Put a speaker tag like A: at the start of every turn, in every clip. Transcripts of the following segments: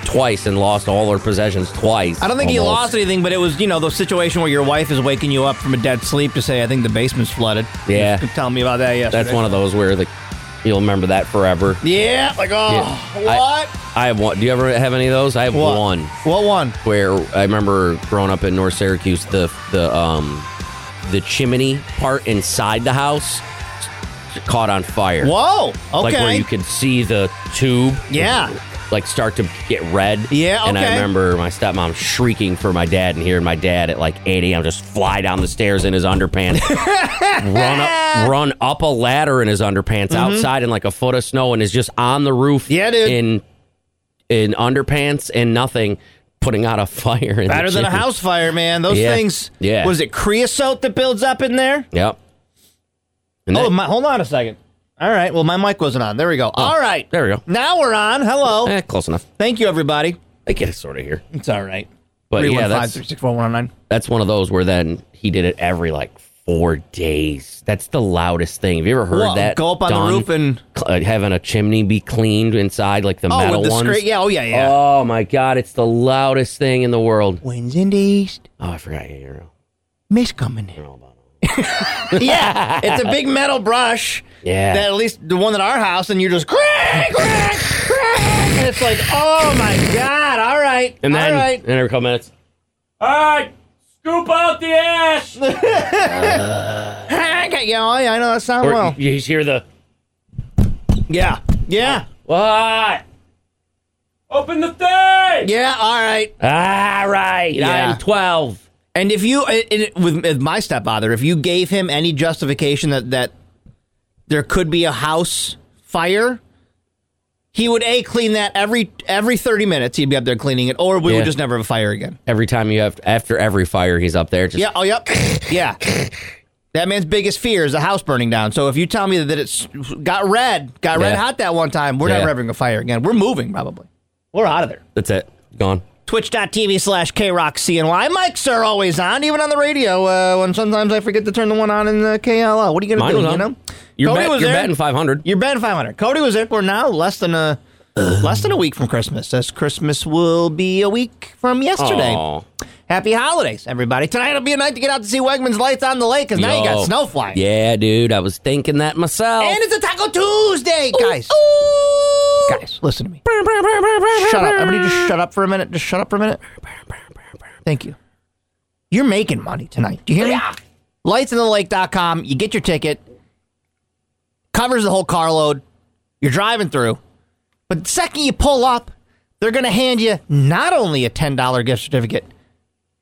A: twice and lost all their possessions twice.
B: I don't think he
A: almost.
B: lost anything, but it was you know the situation where your wife is waking you up from a dead sleep to say, "I think the basement's flooded."
A: Yeah.
B: You were telling me about that yesterday.
A: That's one of those where the you'll remember that forever.
B: Yeah, like oh,
A: Yeah. I-
B: what?
A: I have one. Do you ever have any of those? I have
B: what?
A: one
B: What one?
A: where I remember growing up in North Syracuse. The the um the chimney part inside the house caught on fire.
B: Whoa. Okay.
A: Like where you could see the tube.
B: Yeah.
A: Like start to get red.
B: Yeah,
A: And I
B: okay.
A: remember my stepmom shrieking for my dad and hearing my dad at like 8 a.m. just fly down the stairs in his underpants, run up, run up a ladder in his underpants outside in like a foot of snow and is just on the roof.
B: Mm-hmm. Yeah, dude.
A: In in underpants and nothing, putting out a fire. In the
B: Better than a
A: chimney.
B: house fire, man. Those
A: Yeah.
B: things.
A: Yeah.
B: Was it creosote that builds up in there?
A: Yep. And
B: Oh,
A: that-
B: my, hold on a second. All right. Well, my mic wasn't on. There we go. All right.
A: Oh, there we go.
B: Now we're on. Hello.
A: eh, close enough.
B: Thank you, everybody.
A: I get it sort of here.
B: It's all right.
A: But yeah, that's
B: 315-364-109.
A: that's one of those where then he did it every like four days. That's the loudest thing. Have you ever heard
B: Well,
A: that?
B: go up on the
A: done?
B: roof and-
A: Cl- uh, having a chimney be cleaned inside, like the
B: Oh,
A: metal
B: with the
A: ones.
B: screen. Yeah. Oh, yeah, yeah.
A: Oh my god, it's the loudest thing in the world.
B: Winds in the east,
A: Oh, I forgot you know,
B: mist coming in.
A: you know about it. Oh.
B: yeah. It's a big metal brush.
A: Yeah.
B: That at least the one at our house, and you're just crack, crack, crack. And it's like, oh my God. All right.
A: And then,
B: all right.
A: and every couple minutes. All right, scoop out the ash. or
B: Yeah, oh, yeah, I know that's not well.
A: you, you hear the
B: Yeah. Yeah.
A: what? Open the thing.
B: Yeah. All right.
A: All Ah, right,
B: Yeah.
A: I'm twelve.
B: And if you, it, it, with with my stepfather, if you gave him any justification that that there could be a house fire, he would a clean that every every thirty minutes. He'd be up there cleaning it, or we
A: Yeah.
B: would just never have a fire again.
A: Every time you have after every fire, he's up there. Just
B: Yeah. Oh, yep. yeah. That man's biggest fear is a house burning down. So if you tell me that it's got red, got red
A: Yeah.
B: hot that one time, we're
A: Yeah.
B: never having a fire again. We're moving probably. We're out of there.
A: That's it. Gone.
B: twitch.tv slash krockcny. Mics are always on, even on the radio. Uh, when sometimes I forget to turn the one on in the KLL. What are you going
A: Mine
B: to
A: was
B: do?
A: on.
B: You know,
A: You're,
B: Cody
A: bet,
B: was
A: you're
B: there.
A: betting 500.
B: You're betting 500. Cody was there. We're now less than a less than a week from Christmas. As Christmas will be a week from yesterday.
A: Aw.
B: happy holidays, everybody. Tonight will be a night to get out to see Wegmans Lights on the Lake because now you
A: Yo.
B: got snow flying.
A: Yeah, dude, I was thinking that myself.
B: And it's a Taco Tuesday, guys. Guys, listen to me. Shut up. Everybody just shut up for a minute. Just shut up for a minute. Thank you. You're making money tonight. Do you hear me? Lightsonthelake.com. You get your ticket. Covers the whole carload. You're driving through. But the second you pull up, they're going to hand you not only a $10 gift certificate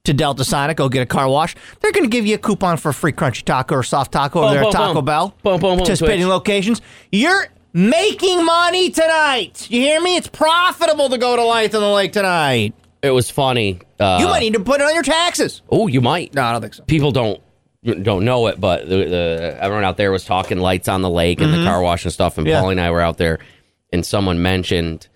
B: to Delta Sonic, go get a car wash, they're going to give you a coupon for a free crunchy taco or soft taco over
A: Boom,
B: there
A: boom,
B: at Taco
A: boom.
B: Bell.
A: Boom, boom, boom,
B: participating
A: Twitch.
B: locations. You're making money tonight. You hear me? It's profitable to go to Lights on the Lake tonight.
A: It was funny. Uh,
B: You might need to put it on your taxes.
A: oh, you might.
B: No, I don't think so.
A: people don't don't know it, but the, the everyone out there was talking lights on the lake and the car wash and stuff. And
B: Mm-hmm. Yeah.
A: Paulie and I were out there, and someone mentioned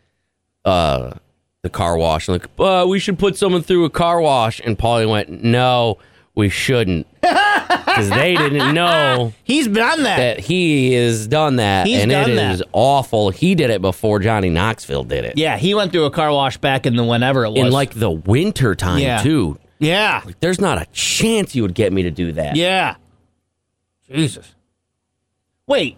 A: uh, the car wash. And like, uh, we should put someone through a car wash. And Paulie went, "No, we shouldn't," because they didn't know
B: He's done that.
A: that he has done that,
B: He's
A: and it
B: done
A: is
B: that.
A: awful. He did it before Johnny Knoxville did it.
B: Yeah, he went through a car wash back in the whenever it was.
A: In like the winter time
B: Yeah.
A: too.
B: yeah,
A: There's not a chance you would get me to do that.
B: yeah. Jesus. Wait.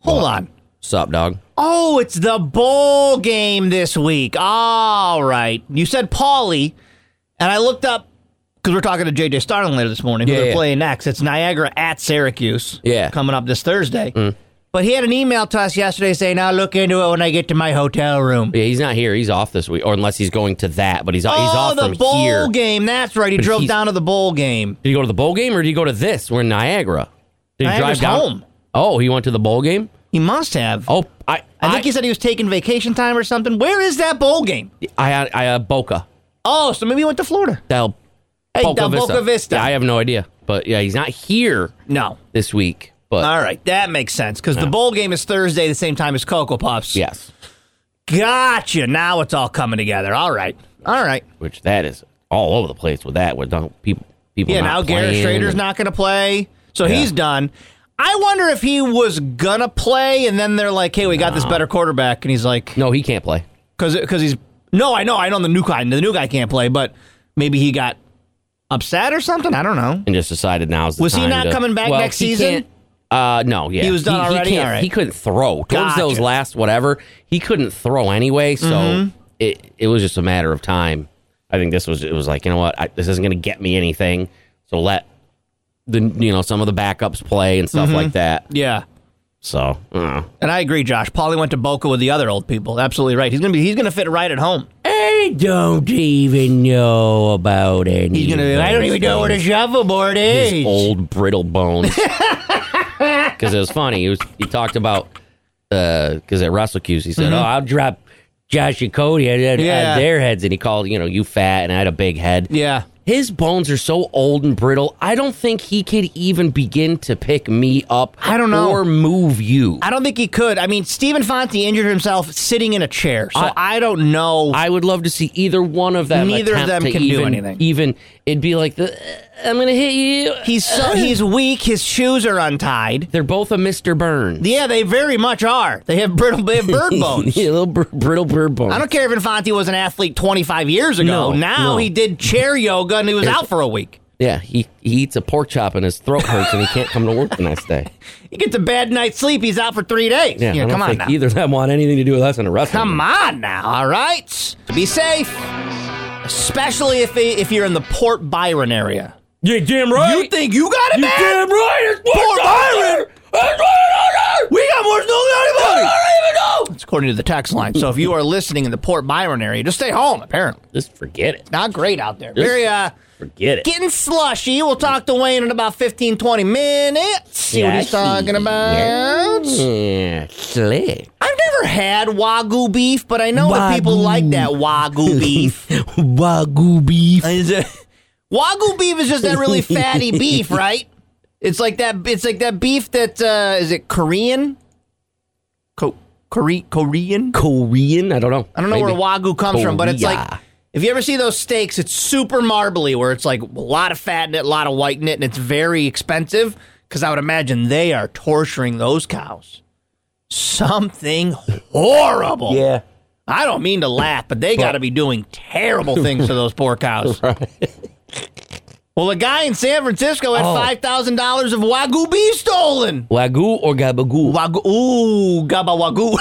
B: Hold on.
A: Sup, dog?
B: Oh, it's the bowl game this week. All right. You said Pauly, and I looked up because we're talking to JJ Starling later this morning. who
A: Yeah,
B: they're
A: yeah.
B: playing next. It's Niagara at Syracuse.
A: Yeah. Mm.
B: Coming up this Thursday. But he had an email to us yesterday saying, I'll look into it when I get to my hotel room.
A: Yeah, he's not here. He's off this week, or unless he's going to that. But he's he's
B: oh,
A: off
B: the
A: from
B: bowl
A: here.
B: game. That's right. He
A: But
B: drove
A: he's-
B: down to the bowl game.
A: Did he go to the bowl game, or did he go to this? We're in Niagara. Did he
B: Niagara's
A: drive down?
B: home.
A: Oh, he went to the bowl game.
B: He must have.
A: Oh, I
B: I
A: I,
B: think he said he was taking vacation time or something. Where is that bowl game?
A: I I, I uh, Boca
B: Oh, so maybe he went to Florida.
A: Del
B: Hey,
A: Boca
B: Del
A: Vista.
B: Boca Vista.
A: Yeah, I have no idea, but yeah, he's not here
B: No.
A: this week. But
B: All right, that makes sense because the bowl game is Thursday, the same time as Cocoa Puffs.
A: yes,
B: gotcha. Now it's all coming together. All right, all right.
A: which that is all over the place with that. With don't people people
B: Yeah,
A: not
B: now Garrett
A: playing
B: Schrader's
A: and-
B: not going to play, so
A: Yeah.
B: he's done. I wonder if he was gonna play, and then they're like, "Hey, we got this better quarterback," and he's like,
A: No, he can't play.
B: "Cause, cause he's no, I know, I know the new guy, the new guy can't play, but maybe he got upset or something. I don't know.
A: and just decided now's the
B: Was he
A: time
B: not
A: to-
B: coming back
A: Well,
B: next
A: he
B: season?
A: can't- Uh, no, yeah,
B: He was done already?
A: can't-
B: All right.
A: He couldn't throw towards
B: Gotcha. Mm-hmm.
A: those last whatever. He couldn't throw anyway, so it it was just a matter of time. I think this was it was like you know what I, this isn't going to get me anything, so let the you know some of the backups play and
B: Mm-hmm.
A: stuff like that.
B: Yeah,
A: So uh,
B: and I agree, Josh. Paulie went to Boca with the other old people. Absolutely right. He's gonna be, he's gonna fit right at home.
A: I don't even know about any.
B: He's gonna be. like, I don't even know what a shuffleboard is.
A: his old brittle bones. Because it was funny. He was he talked about because at WrestleCuse he said, "Oh, I'll drop Josh and Cody and, and
B: Mm-hmm. Yeah.
A: their heads," and he called you know you fat and I had a big head.
B: Yeah.
A: His bones are so old and brittle. I don't think he could even begin to pick me up.
B: I don't know.
A: or move you.
B: I don't think he could. I mean, Stephen Fonte injured himself sitting in a chair, so I,
A: I-
B: don't know.
A: I would love to see either one of them.
B: Neither of
A: attempt
B: them
A: to
B: can do
A: even-
B: anything.
A: Even it'd be like the I'm gonna hit you.
B: he's so he's weak. His shoes are untied.
A: They're both a Mister Burns.
B: Yeah, they very much are. They have brittle, they have bird bones.
A: yeah, little br- brittle bird bones.
B: I don't care if Infante was an athlete 25 years
A: No,
B: ago. now
A: no.
B: he did chair yoga and he was out for a week.
A: Yeah, he, he eats a pork chop and his throat hurts and he can't come to work the next day.
B: He gets a bad night's sleep. He's out for three days.
A: Yeah, I don't
B: come on
A: think
B: now.
A: either of them want anything to do with us in a restaurant.
B: Come on now, all right? Be safe, especially if if you're in the Port Byron area.
A: You damn right.
B: You think you got it, man?
A: right. It's
B: Port Byron.
A: We got more snow than anybody. I don't even know.
B: It's according to the text line. So if you are listening in the Port Byron area, just stay home, apparently.
A: Just forget it.
B: Not great out there. Very, uh,
A: Forget it.
B: getting slushy. We'll talk to Wayne in about 15, 20 minutes. See what he's talking about.
A: Yeah, slick.
B: I've never had Wagyu beef, but I know that people
A: Wagyu.
B: like that Wagyu beef.
A: Wagyu beef.
B: Is it- Wagyu beef is just that really fatty beef, right? It's like that. It's like that beef that uh, is it Korean? Co- Kore- Korean?
A: Korean? I don't know.
B: I don't know
A: Maybe.
B: where wagyu comes from, but it's like
A: Korea.
B: if you ever see those steaks, it's super marbly, where it's like a lot of fat in it, a lot of white in it, and it's very expensive. Because I would imagine they are torturing those cows. Something horrible.
A: Yeah.
B: I don't mean to laugh, but they got to be doing terrible things to those poor cows. Well, a guy in San Francisco had
A: Oh.
B: five thousand dollars of wagyu beef stolen.
A: Wagyu or gabagoo?
B: Wagyu, ooh, gaba wagyu,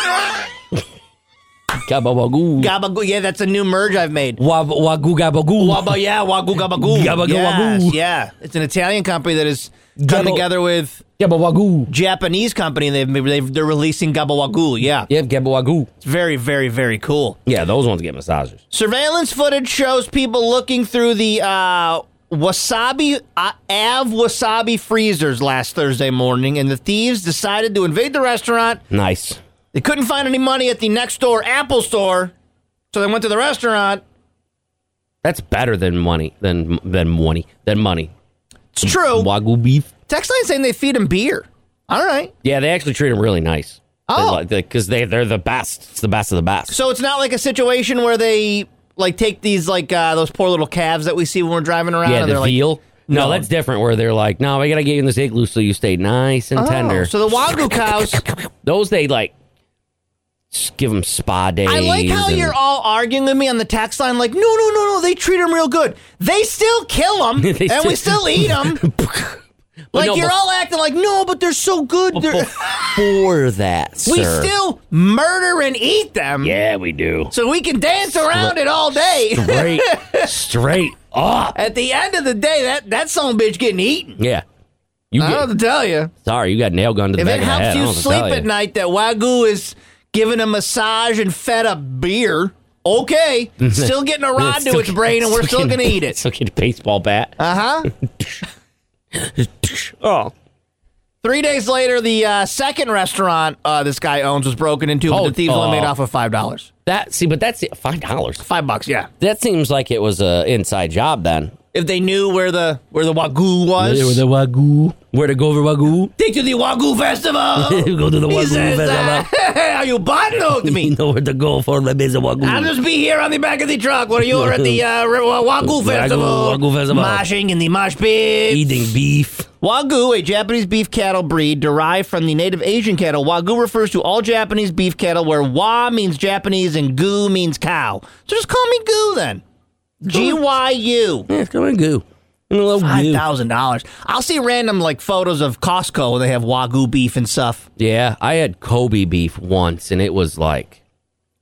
A: Gabagoo.
B: gaba. goo. Yeah, that's a new merge I've made.
A: Wab- Wagyu gabagoo.
B: Waba, yeah, wagyu gaba goo.
A: Gabagoo,
B: yes,
A: wagyu.
B: yeah. It's an Italian company that has come
A: Gabo-
B: together with
A: Gabawagoo.
B: Japanese company. and They've, they've they're releasing gaba wagyu. Yeah,
A: Yeah, gabawagoo.
B: it's very, very, very cool.
A: Yeah, those ones get massages.
B: Surveillance footage shows people looking through the uh, wasabi uh, Av wasabi freezers last Thursday morning, and the thieves decided to invade the restaurant.
A: Nice.
B: They couldn't find any money at the next door Apple store, so they went to the restaurant.
A: That's better than money. Than than money. Than money.
B: It's true.
A: Wagyu beef.
B: Text line saying they feed him beer. All right.
A: Yeah, they actually treat them really nice.
B: Oh.
A: because they they're the best. It's the best of the best.
B: So it's not like a situation where they like take these like uh, those poor little calves that we see when we're driving around.
A: yeah,
B: and they're
A: the
B: like,
A: veal. no,
B: No.
A: that's different. Where they're like, no, I gotta get you in this igloo so you stay nice and
B: Oh,
A: tender.
B: So the wagyu cows.
A: Those they like s- give them spa days.
B: I like how
A: and-
B: you're all arguing with me on the tax line. Like, no, no, no, no. They treat them real good. They still kill them,
A: They
B: and we still
A: still-
B: eat them. like
A: no,
B: you're
A: but-
B: all acting like no, but they're so good. They're,
A: before that,
B: we
A: sir.
B: still murder and eat them.
A: yeah, we do.
B: So we can dance around it all day.
A: Straight, straight up.
B: At the end of the day, that that son of a bitch getting eaten.
A: Yeah, you
B: I don't
A: get.
B: have to tell you.
A: sorry, you got nail gun to the
B: If
A: back
B: it
A: of the head. I
B: helps
A: don't
B: you
A: have to
B: sleep
A: tell
B: at
A: you.
B: night that Wagyu is giving a massage and fed a beer, okay. Still getting a rod to
A: still
B: its brain and we're still going to eat it.
A: Still get a baseball bat.
B: Uh huh.
A: oh,
B: Three days later, the uh, second restaurant uh, this guy owns was broken into, but
A: Oh,
B: the thieves only
A: oh.
B: made off of $5.
A: that see, but that's it. five dollars.
B: Five bucks, yeah.
A: That seems like it was a inside job then.
B: If they knew where the where the Wagyu was.
A: wagyu, where to go for wagyu?
B: Take to the Wagyu Festival.
A: Go to the
B: he
A: Wagyu
B: says, uh, are you bottling to me?
A: know where to go for the busy wagyu.
B: I'll just be here on the back of the truck when you're at the uh, Re- Wa- Wagyu
A: Wagyu-
B: Festival.
A: Wagyu Festival.
B: Moshing in the mosh pit.
A: eating beef.
B: Wagyu, a Japanese beef cattle breed derived from the native Asian cattle. Wagyu refers to all Japanese beef cattle where wa means Japanese and gu means cow. So just call me gu then. G Y U.
A: Yeah, it's going goo. And a little
B: Five
A: goo.
B: thousand dollars. I'll see random like photos of Costco where they have wagyu beef and stuff.
A: Yeah, I had Kobe beef once, and it was like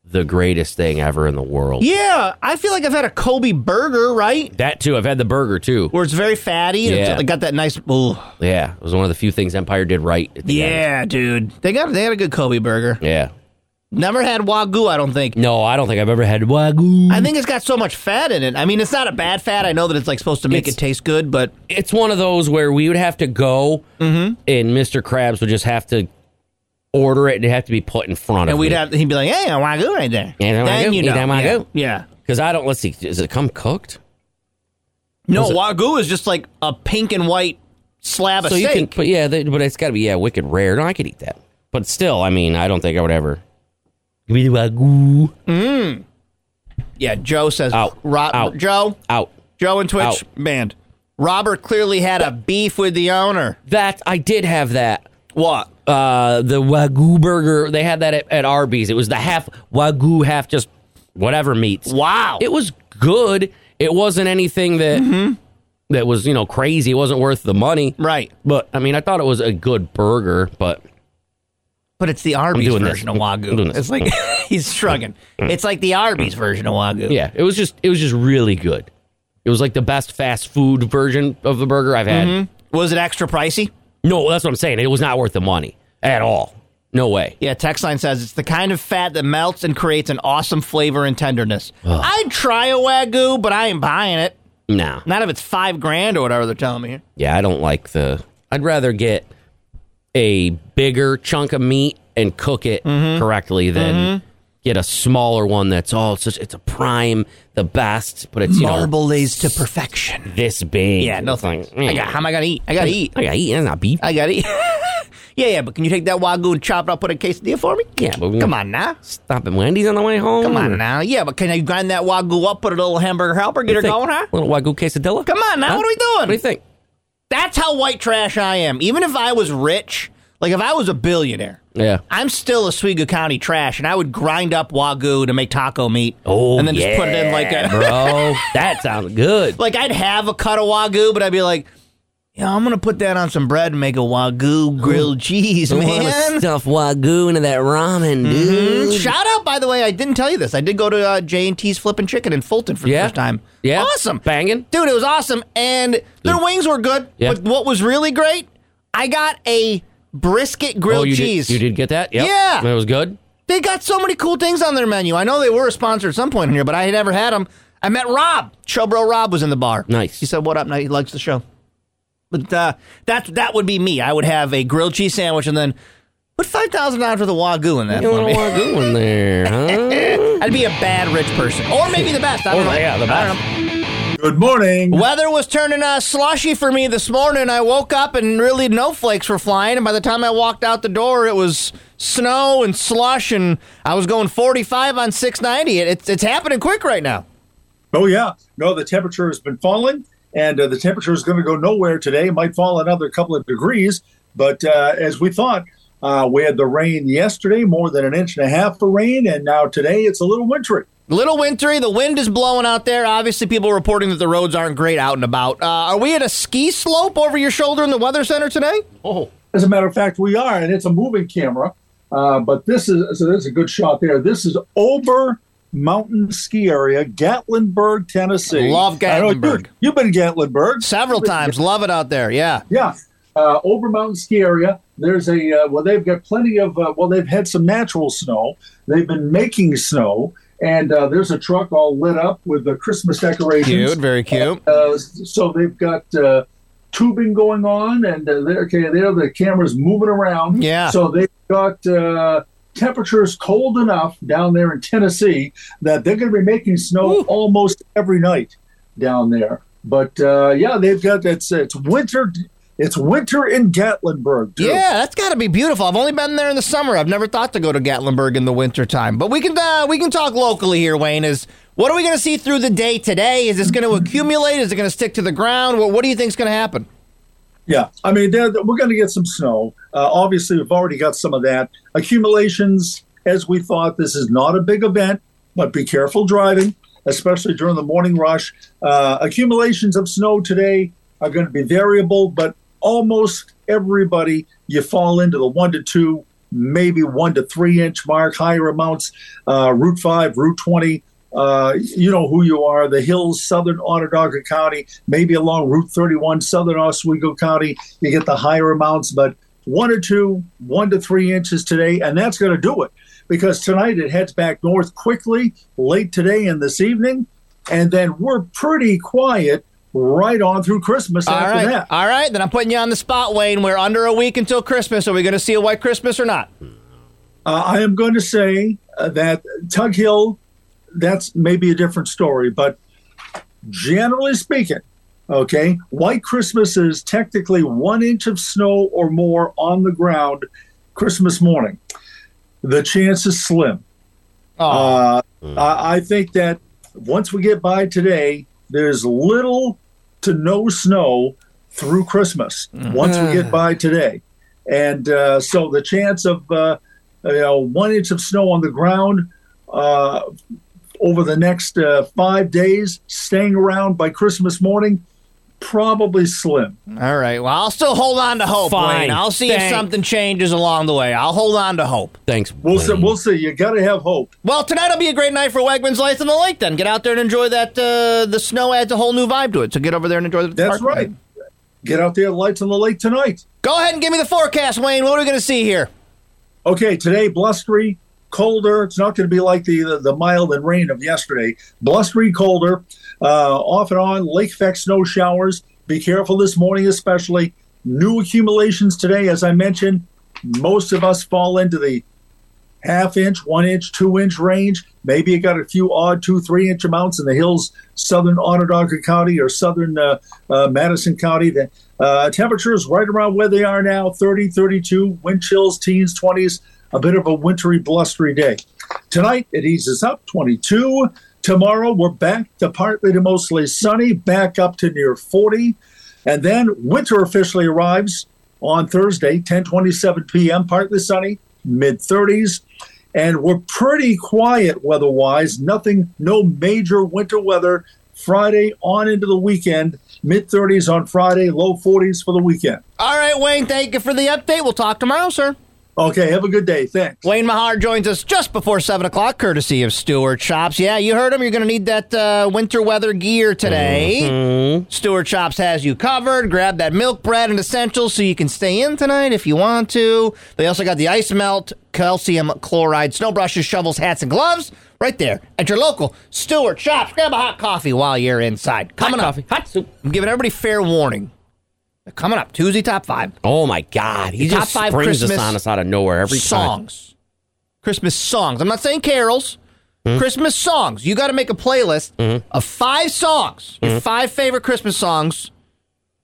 A: the greatest thing ever in the world.
B: Yeah, I feel like I've had a Kobe burger, right?
A: That too. I've had the burger too.
B: Where it's very fatty. and
A: Yeah.
B: it's got that nice. Ooh.
A: Yeah, it was one of the few things Empire did right. At the end.
B: Yeah, dude. They got they had a good Kobe burger.
A: Yeah.
B: Never had wagyu, I don't think.
A: No, I don't think I've ever had wagyu.
B: I think it's got so much fat in it. I mean, it's not a bad fat. I know that it's like supposed to make
A: It's-
B: it taste good, but
A: it's one of those where we would have to go,
B: Mm-hmm.
A: and Mr. Krabs would just have to order it, and it'd have to be put in front
B: and
A: of
B: we'd
A: me.
B: have he'd be like, "Hey, a wagyu right there."
A: Yeah, the
B: then
A: wagyu.
B: you
A: Yeah, the
B: know,
A: wagyu.
B: yeah. yeah.
A: Because I don't. Let's see. Does it come cooked?
B: No, wagyu is just like a pink and white slab of
A: so you
B: steak.
A: can, but yeah, they, but it's got to be yeah, wicked rare. No, I could eat that. But still, I mean, I don't think I would ever. Give me the wagyu.
B: yeah, Joe says,
A: Out.
B: Ro-
A: Out.
B: Joe,
A: Out.
B: Joe and Twitch
A: Out.
B: banned. Robert clearly had a beef with the owner.
A: That I did have that.
B: What?
A: Uh, the wagyu burger. They had that at, at Arby's. It was the half wagyu, half just whatever meats.
B: Wow.
A: It was good. It wasn't anything that that was you know crazy. It wasn't worth the money.
B: right.
A: But I mean, I thought it was a good burger. But
B: But it's the Arby's
A: doing this.
B: version of
A: I'm
B: wagyu.
A: doing this. Mm.
B: It's like he's shrugging. It's like the Arby's version of wagyu.
A: yeah, it was just it was just really good. It was like the best fast food version of the burger I've had.
B: Hmm? Mm-hmm. Was it extra pricey?
A: No, that's what I'm saying. It was not worth the money at all. No way.
B: Yeah, text line says it's the kind of fat that melts and creates an awesome flavor and tenderness. I'd try a wagyu, but I ain't buying it.
A: No.
B: Not if it's five grand or whatever they're telling me. here.
A: Yeah, I don't like the. I'd rather get a bigger chunk of meat and cook it
B: Mm-hmm.
A: correctly than get a smaller one that's all. it's just it's a prime, the best, but it's you know,
B: Marble is to perfection.
A: this big.
B: Yeah, no
A: It's like,
B: thanks. I got, how am I gonna eat? I gotta eat.
A: I gotta eat. That's not beef.
B: I gotta eat. yeah, yeah, but can you take that wagyu and chop it up, put a quesadilla for me?
A: Yeah, but we- Mm.
B: come on now.
A: Stop at Wendy's on the way home.
B: Come
A: or-
B: on now. Yeah, but can you grind that wagyu up, put a little hamburger helper, get her
A: Think-
B: going, huh?
A: Little wagyu quesadilla.
B: Come on now,
A: Huh?
B: what are we doing?
A: What do you think?
B: That's how white trash I am. Even if I was rich, like if I was a billionaire,
A: Yeah.
B: I'm still Oswego County trash, and I would grind up wagyu to make taco meat.
A: Oh,
B: and then just put it in like
A: yeah,
B: a
A: bro. That sounds good.
B: like I'd have a cut of wagyu, but I'd be like, yeah, I'm gonna put that on some bread and make a wagyu grilled cheese,
A: I wanna
B: man. Mm-hmm. Mm,
A: stuff wagyu into that ramen, dude.
B: Shout out, by the way, I didn't tell you this. I did go to uh, J and T's Flippin' Chicken in Fulton for
A: Yeah.
B: the first time.
A: Yeah.
B: awesome,
A: Banging.
B: dude. It was awesome, and their wings were good.
A: Yeah.
B: But what was really great, I got a brisket
A: Oh,
B: grilled
A: you
B: cheese.
A: Did, you did get that? Yep.
B: Yeah.
A: That was good.
B: They got so many cool things on their menu. I know they were a sponsor at some point in here, but I had never had them. I met Rob. Showbro Rob was in the bar.
A: Nice.
B: He said, "What up?" Now he likes the show. But uh, that that would be me. I would have a grilled cheese sandwich and then put five thousand dollars worth of wagyu in that.
A: You
B: for
A: want a
B: me.
A: wagyu in there, huh?
B: I'd be a bad rich person, or maybe the best. I don't
A: Oh,
B: know.
A: yeah, the
B: I don't
A: best.
B: know. Weather was turning uh, sloshy for me this morning. I woke up and really no flakes were flying. And by the time I walked out the door, it was snow and slush, and I was going 45 on 690. It, it's, it's happening quick right now.
C: Oh yeah, no, the temperature has been falling, and uh, the temperature is going to go nowhere today. It might fall another couple of degrees, but uh, as we thought, uh, we had the rain yesterday, more than an inch and a half of rain, and now today it's a little wintry.
B: Little wintry. The wind is blowing out there. Obviously, people reporting that the roads aren't great out and about. Uh, are we at a ski slope over your shoulder in the weather center today?
C: As a matter of fact, we are, and it's a moving camera. Uh, but this is so. There's a good shot there. This is Ober Mountain Ski Area, Gatlinburg, Tennessee.
B: Love
C: I know you-
B: Gatlinburg.
C: You've been to Gatlinburg
B: Several times. Love it out there. Yeah.
C: Yeah, uh, Ober Mountain Ski Area. There's a uh, well, they've got plenty of uh, well, they've had some natural snow. They've been making snow, and uh, there's a truck all lit up with the Christmas decorations.
B: Cute. Very cute.
C: Uh, so they've got uh, tubing going on, and uh, they're okay. There, the camera's moving around.
B: Yeah.
C: So they've got uh, temperatures cold enough down there in Tennessee that they're going to be making snow almost every night down there. But uh, yeah, they've got it's it's winter. It's winter in Gatlinburg. Too.
B: Yeah, that's got to be beautiful. I've only been there in the summer. I've never thought to go to Gatlinburg in the wintertime. But we can uh, we can talk locally here, Wayne. Is what are we going to see through the day today? Is this going to accumulate? Is it going to stick to the ground? What, what do you think's going to happen?
C: Yeah, I mean, there- we're going to get some snow. Uh, obviously, we've already got some of that. Accumulations, as we thought, this is not a big event, but be careful driving, especially during the morning rush. Uh, accumulations of snow today are going to be variable, but almost everybody, you fall into the one to two, maybe one to three inch mark, higher amounts, uh, Route 5, Route 20. Uh, you know who you are, the hills, southern Onondaga County, maybe along Route 31, southern Oswego County. You get the higher amounts, but one or two, one to three inches today, and that's going to do it because tonight it heads back north quickly, late today and this evening, and then we're pretty quiet right on through Christmas
B: All
C: after
B: right,
C: that.
B: all right. Then I'm putting you on the spot, Wayne. We're under a week until Christmas. Are we going to see a white Christmas or not?
C: Uh, I am going to say uh, that Tug Hill, that's maybe a different story, but generally speaking, okay, White Christmas is technically one inch of snow or more on the ground Christmas morning. The chance is slim.
B: Oh,
C: Uh, I, I think that once we get by today, there's little to no snow through Christmas. Once we get by today, and uh, so the chance of uh, you know one inch of snow on the ground uh, over the next uh, five days, staying around by Christmas morning, probably slim.
B: all right. Well, I'll still hold on to hope,
A: Fine.
B: Wayne. I'll see if
A: Thank-
B: something changes along the way. I'll hold on to hope.
A: Thanks.
C: We'll see.
A: Wayne.
C: We'll see. You got to have hope.
B: Well, tonight'll be a great night for Wegmans Lights on the Lake. Then get out there and enjoy that. Uh, the snow adds a whole new vibe to it. So get over there and enjoy the.
C: That's
B: park.
C: right. Get out there, lights on the lake tonight.
B: Go ahead and give me the forecast, Wayne. What are we going to see here?
C: okay, today blustery, colder. It's not going to be like the, the the mild and rain of yesterday. Blustery, colder, uh, off and on. Lake effect snow showers. Be careful this morning, especially. New accumulations today, as I mentioned. Most of us fall into the half inch, one inch, two inch range. Maybe you got a few odd two, three inch amounts in the hills, southern Onondaga County or southern uh, uh, Madison County. The uh, temperatures right around where they are now 30, 32, wind chills, teens, 20s, a bit of a wintry, blustery day. Tonight it eases up 22. Tomorrow we're back to partly to mostly sunny, back up to near 40. And then winter officially arrives on Thursday, 10:27 p.m. Partly sunny, mid 30s. And we're pretty quiet weather wise. Nothing, no major winter weather Friday on into the weekend. Mid 30s on Friday, low 40s for the weekend.
B: All right, Wayne, thank you for the update. We'll talk tomorrow, sir.
C: Okay, have a good day. Thanks.
B: Wayne Mahar joins us just before 7 o'clock, courtesy of Stewart Shops. Yeah, you heard him. You're going to need that uh, winter weather gear today. Stewart Shops has you covered. Grab that milk, bread, and essentials so you can stay in tonight if you want to. They also got the ice melt, calcium chloride, snow brushes, shovels, hats, and gloves right there at your local Stewart Shops. Grab a hot coffee while you're inside. Coming up,
A: Hot soup.
B: I'm giving everybody fair warning. Coming up, Tuesday Top 5
A: Oh my God. He
B: Top
A: just
B: five
A: springs
B: Christmas
A: us on us out of nowhere every time.
B: songs. Christmas songs. I'm not saying carols.
A: Hmm?
B: Christmas songs. You got to make a playlist of five songs,
A: Hmm?
B: your five favorite Christmas songs.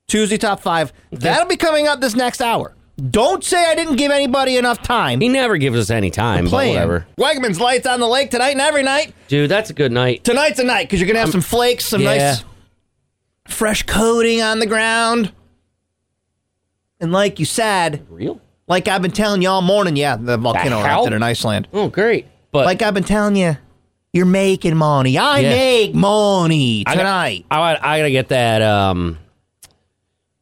B: Tuesday top five. That'll be coming up this next hour. Don't say I didn't give anybody enough time.
A: He never gives us any time, but
B: Playing.
A: whatever.
B: Wegmans lights on the lake tonight and every night.
A: Dude, that's a good night.
B: Tonight's a night because you're gonna have some flakes, some
A: yeah.
B: nice fresh coating on the ground. And like you said,
A: Real?
B: like I've been telling you all morning, yeah, the volcano
A: hell?
B: erupted in Iceland.
A: Oh, great. But
B: Like I've been telling you, you're making money. I
A: Yeah.
B: make money
A: I got-
B: tonight.
A: I, gotta- I gotta get that um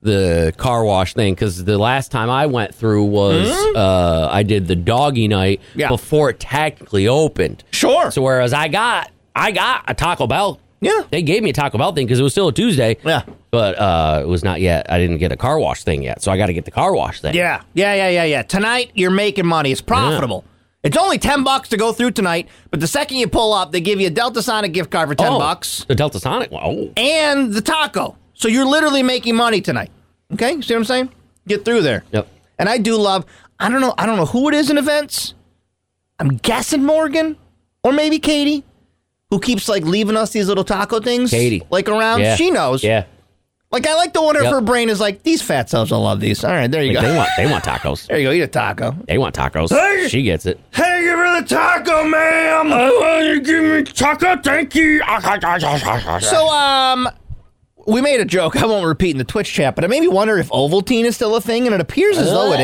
A: the car wash thing because the last time I went through was uh I did the doggy night
B: Yeah.
A: before it technically opened.
B: sure.
A: So whereas I got I got a Taco Bell.
B: yeah.
A: They gave me a Taco Bell thing because it was still a Tuesday.
B: Yeah.
A: But uh it was not yet I didn't get a car wash thing yet. So I gotta get the car wash thing.
B: Yeah. Yeah, yeah, yeah, yeah. Tonight you're making money. It's profitable. It's only 10 bucks to go through tonight, but the second you pull up, they give you a Delta Sonic gift card for 10
A: Oh,
B: bucks
A: The Delta Sonic. one. Oh.
B: and the taco. So you're literally making money tonight. Okay? See what I'm saying? Get through there.
A: Yep.
B: And I do love I don't know I don't know who it is in events. I'm guessing Morgan or maybe Katie who keeps like leaving us these little taco things
A: Katie.
B: like around.
A: Yeah.
B: She knows.
A: Yeah.
B: Like I like to wonder if
A: Yep.
B: her brain is like these fat subs will love these. All right, there you
A: Like,
B: go.
A: they want they want tacos.
B: there you go. Eat a taco.
A: They want tacos.
B: Hey!
A: She gets it.
B: Thank you for the taco, ma'am.
A: Uh-huh. Oh, give me taco, thank you.
B: So um we made a joke. I won't repeat in the Twitch chat, but I made me wonder if Ovaltine is still a thing, and it appears as though it
A: Uh,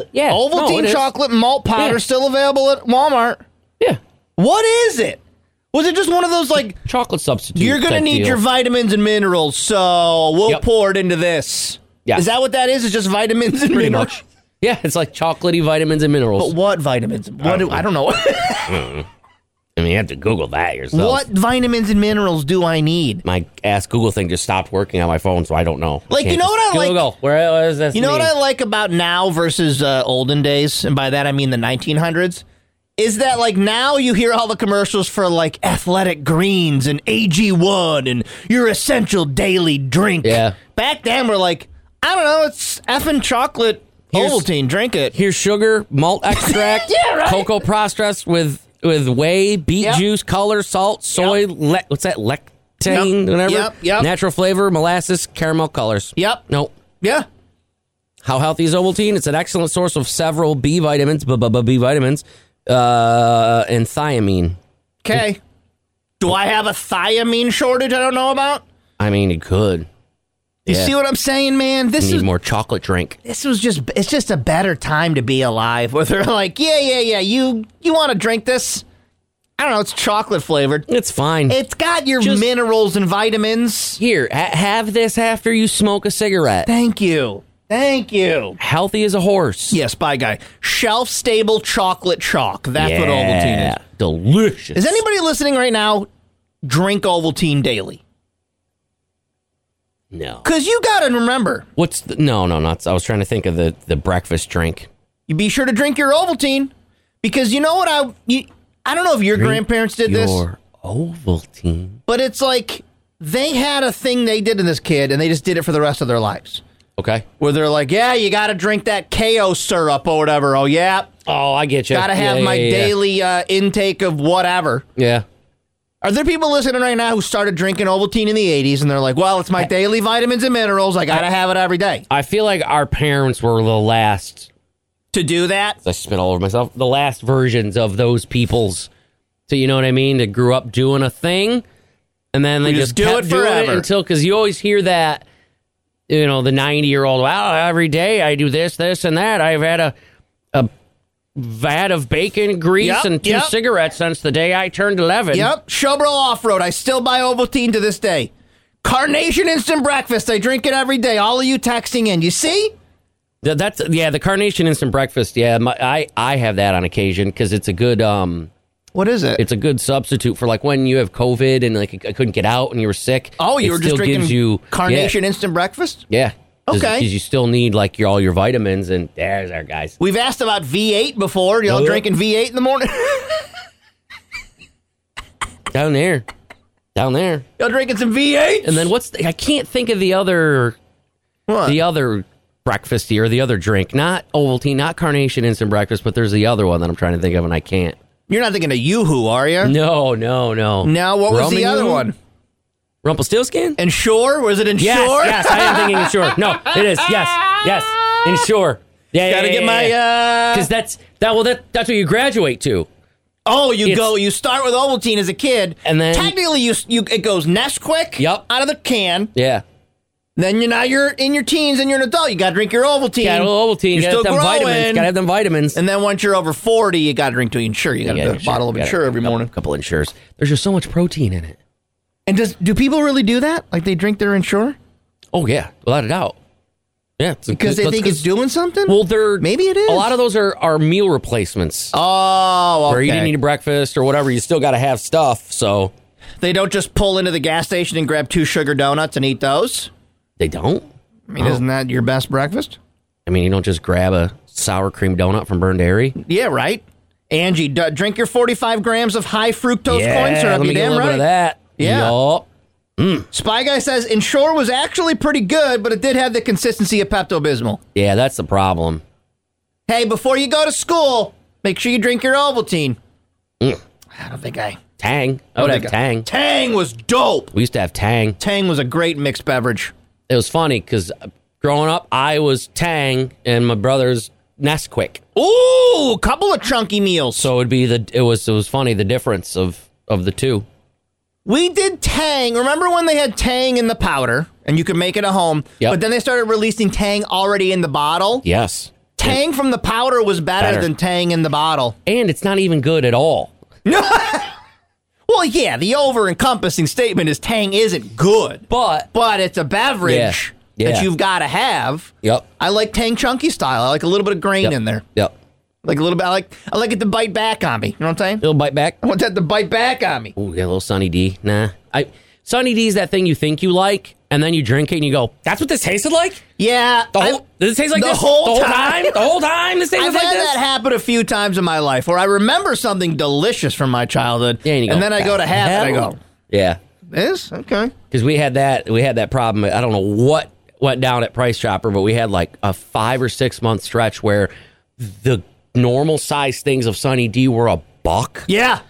B: is.
A: yeah,
B: Ovaltine
A: no, it is.
B: chocolate malt powder
A: Yeah.
B: still available at Walmart.
A: Yeah,
B: What is it? Was it just one of those like
A: chocolate substitute.
B: you're gonna
A: type
B: need
A: deal.
B: your vitamins and minerals, so we'll
A: Yep.
B: pour it into this.
A: Yeah.
B: Is that what that is? It's just vitamins and
A: pretty
B: minerals.
A: much. Yeah, it's like chocolatey vitamins and
B: But
A: minerals.
B: what vitamins? What do, I don't know.
A: I mean, you have to Google that yourself.
B: what vitamins and minerals do I need?
A: My ass Google thing just stopped working on my phone, so I don't know.
B: Like,
A: can't
B: you know
A: just
B: what I like-
A: Google, where is this?
B: You know what
A: mean?
B: I like about now versus uh, olden days, and by that I mean the 1900s, is that like now you hear all the commercials for like athletic greens and AG1 and your essential daily drink.
A: Yeah.
B: Back then we're like, I don't know, it's effing chocolate
A: Here's-
B: Ovaltine, drink it.
A: Here's sugar, malt extract,
B: Yeah, right.
A: cocoa processed with with whey, beet
B: Yep.
A: juice, color, salt, soy,
B: Yep.
A: le- what's that? Lectane,
B: Yep,
A: whatever.
B: yep, yep.
A: Natural flavor, molasses, caramel colors.
B: Yep.
A: Nope.
B: Yeah.
A: How healthy is Ovaltine? It's an excellent source of several B vitamins, b- b- b- B vitamins, uh, and thiamine.
B: Okay. Do I have a thiamine shortage I don't know about?
A: I mean, it could.
B: You
A: Yeah.
B: see what I'm saying, man? This
A: Need
B: is
A: more chocolate drink.
B: this was just it's just a better time to be alive where they're like yeah yeah yeah you you want to drink this i don't know it's chocolate flavored
A: It's fine.
B: it's got your
A: Just-
B: minerals and vitamins
A: Here, ha- have this after you smoke a cigarette.
B: thank you thank you
A: Healthy as a horse.
B: yes bye guy shelf stable chocolate chalk that's what ovaltine is
A: Delicious.
B: is anybody listening right now drink ovaltine daily
A: No.
B: because you gotta remember
A: What's the, no, no, not. I was trying to think of the the breakfast drink.
B: you be sure to drink your ovaltine because you know what i you, i don't know if your grandparents did this
A: Your Ovaltine.
B: But it's like they had a thing they did to this kid and they just did it for the rest of their lives.
A: Okay.
B: Where they're like, yeah, you got to drink that KO syrup or whatever. Oh, yeah.
A: Oh, I get you.
B: Got to have my daily uh, intake of whatever.
A: Yeah.
B: Are there people listening right now who started drinking Ovaltine in the 80s and they're like, well, it's my daily vitamins and minerals. I got to have it every day?
A: I feel like our parents were the last
B: To do that?
A: I spit all over myself. The last versions of those people's, so you know what I mean, that grew up doing a thing, and then they
B: We
A: just,
B: just do
A: kept
B: it
A: doing
B: forever.
A: until because you always hear that, you know, the ninety year old. Wow, every day I do this, this, and that. I've had a a vat of bacon, grease,
B: Yep,
A: and two
B: yep.
A: cigarettes since the day I turned 11.
B: Yep, Showbro Off Road. I still buy Ovaltine to this day. Carnation Instant Breakfast. I drink it every day. All of you texting in. You see?
A: Th- that's yeah, the carnation instant breakfast. Yeah, my, I I have that on occasion because it's a good um
B: What is it?
A: it's a good substitute for like when you have COVID and like I couldn't get out and you were sick.
B: oh, you
A: It
B: were just
A: still
B: drinking
A: gives you
B: Carnation Instant Breakfast?
A: Yeah.
B: Okay.
A: Because you still need like your all your vitamins and there's our guys.
B: We've asked about V8 before. Y'all
A: Nope.
B: drinking V8 in the morning?
A: Down there. Down there.
B: Y'all drinking some V8?
A: And then what's the, I can't think of the other
B: What?
A: the other breakfasty or the other drink. Not Ovaltine, not Carnation Instant Breakfast, but there's the other one that I'm trying to think of and I can't.
B: You're not thinking of Yoo-Hoo, are you?
A: No, no, no.
B: Now, what was
A: Rum
B: the
A: and
B: other
A: you?
B: one?
A: Rumpelstiltskin?
B: Ensure? Was it Ensure?
A: Yes, yes. I am thinking insure. No, it is. Yes, yes. Insure. Yeah,
B: Gotta
A: yeah,
B: get
A: yeah,
B: my.
A: yeah.
B: Uh,
A: Because that's that. Well, that that's what you graduate to.
B: oh, you
A: it's-
B: go. You start with Ovaltine as a kid,
A: And then-
B: technically you you it goes Nesquik.
A: Yup.
B: Out of the can.
A: Yeah.
B: Then you're now you're in your teens and you're an adult. You gotta drink your Ovaltine.
A: Got a little Ovaltine.
B: You're
A: gotta
B: still
A: have them
B: growing.
A: vitamins. Gotta have them vitamins.
B: and then once you're over forty, you gotta drink to insure. You gotta
A: Yeah,
B: do a
A: Insure.
B: bottle of
A: Gotta-
B: insure every
A: couple-
B: morning.
A: Couple insures. There's just so much protein in it.
B: And does do people really do that? Like they drink their insure
A: Oh yeah, without a doubt. Yeah, it's a good-
B: because they
A: let's-
B: think it's doing something?
A: Well, they're
B: Maybe it is.
A: A lot of those are are meal replacements.
B: oh,
A: Where you
B: okay.
A: didn't eat a breakfast or whatever, you still got to have stuff. So
B: They don't just pull into the gas station and grab two sugar donuts and eat those.
A: they don't.
B: I
A: Oh.
B: mean, isn't that your best breakfast?
A: I mean, you don't just grab a sour cream donut from Burn Dairy.
B: Yeah, right. Angie, d- drink your 45 grams of high fructose corn syrup.
A: let me
B: you
A: get a
B: damn
A: little bit of
B: right.
A: that.
B: Yeah.
A: Yup.
B: Spy Guy says Ensure was actually pretty good, but it did have the consistency of Pepto Bismol.
A: Yeah, that's the problem.
B: Hey, before you go to school, make sure you drink your Ovaltine. I don't think I.
A: Mm. Tang. I would have Tang.
B: Tang was dope.
A: We used to have Tang.
B: Tang was a great mixed beverage.
A: It was funny because growing up, I was Tang and my brother's Nesquik.
B: Ooh, couple of chunky meals.
A: So it'd be the it was it was funny the difference of of the two.
B: We did Tang. Remember when they had Tang in the powder and you could make it at home?
A: Yep.
B: But then they started releasing Tang already in the bottle.
A: Yes.
B: Tang from the powder was better,
A: Better.
B: than Tang in the bottle.
A: And it's not even good at all.
B: Well, yeah, the over encompassing statement is Tang isn't good,
A: But
B: but it's a beverage
A: Yeah, yeah.
B: that you've got to have.
A: Yep.
B: I like Tang chunky style. I like a little bit of grain
A: Yep.
B: in there.
A: Yep.
B: Like a little bit. I like I like it to bite back on me. You know what I'm saying?
A: Little bite back.
B: I want that to bite back on me.
A: Ooh, yeah, a little Sunny D. Nah. I Sunny D is that thing you think you like, and then you drink it and you go, That's what this tasted like?
B: Yeah.
A: The
B: I-
A: whole does it taste like
B: the
A: this?
B: whole
A: the whole
B: time?
A: time? The whole time this tastes
B: I've
A: like
B: had
A: this?
B: that happen a few times in my life where I remember something delicious from my childhood,
A: Yeah, and, you go,
B: then I go to
A: "The
B: half and I
A: hell?"
B: go,
A: Yeah.
B: "This okay?"
A: Because we had that we had that problem. I don't know what went down at Price Chopper, but we had like a five or six month stretch where the normal size things of Sunny D were a buck.
B: Yeah,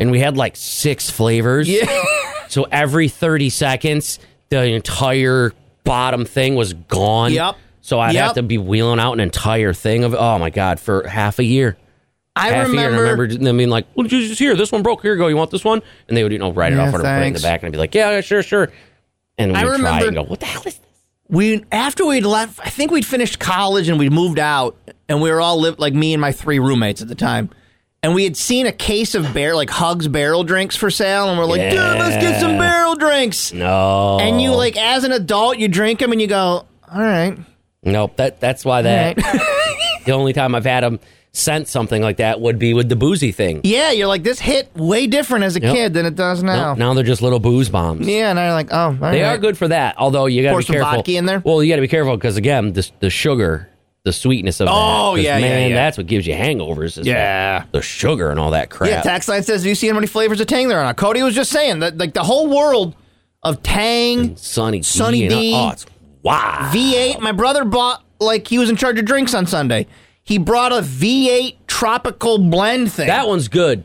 A: and we had like six flavors.
B: yeah.
A: So every 30 seconds, the entire bottom thing was gone.
B: Yep.
A: So I'd
B: Yep.
A: have to be wheeling out an entire thing of oh my god for half a year.
B: I
A: half a year. And I
B: remember,
A: remember them being like, "Well, just here, this one broke. Here you go. You want this one?" And they would you know write it
B: Yeah,
A: off or put it in
B: thanks.
A: the back, and I'd be like, "Yeah, yeah, sure, sure." And we
B: I
A: would try
B: remember-
A: and go, "What the hell is?" This?
B: we after we'd left. I think we'd finished college and we'd moved out, and we were all lived like me and my three roommates at the time. And we had seen a case of bear like Hugs barrel drinks for sale, and we're like, "Dude, let's get some
A: Yeah.
B: barrel drinks."
A: No.
B: And you like as an adult, you drink them and you go, "All right,
A: Nope. That that's why
B: all
A: that
B: right."
A: the only time I've had them sent something like that would be with the boozy thing.
B: Yeah, you're like this hit way different as a
A: Yep.
B: kid than it does now.
A: Nope, now they're just little booze bombs.
B: Yeah, and I'm like, oh, all
A: They
B: right.
A: are good for that, although you got to
B: Pour
A: be
B: some
A: careful.
B: vodka in there?
A: Well, you got to be careful because again, the the sugar, the sweetness of that,
B: Oh,
A: 'cause,
B: yeah, yeah,
A: man,
B: yeah.
A: that's what gives you hangovers. is
B: Yeah.
A: that- the sugar and all that crap.
B: Yeah, tax line says, do you see how many flavors of Tang there are? Now, Cody was just saying that, like, the whole world of Tang
A: Sunny,
B: Sunny
A: D, And,
B: D.
A: oh, it's wow.
B: V8. My brother bought, like, he was in charge of drinks on Sunday. He brought a V8 tropical blend thing.
A: that one's good.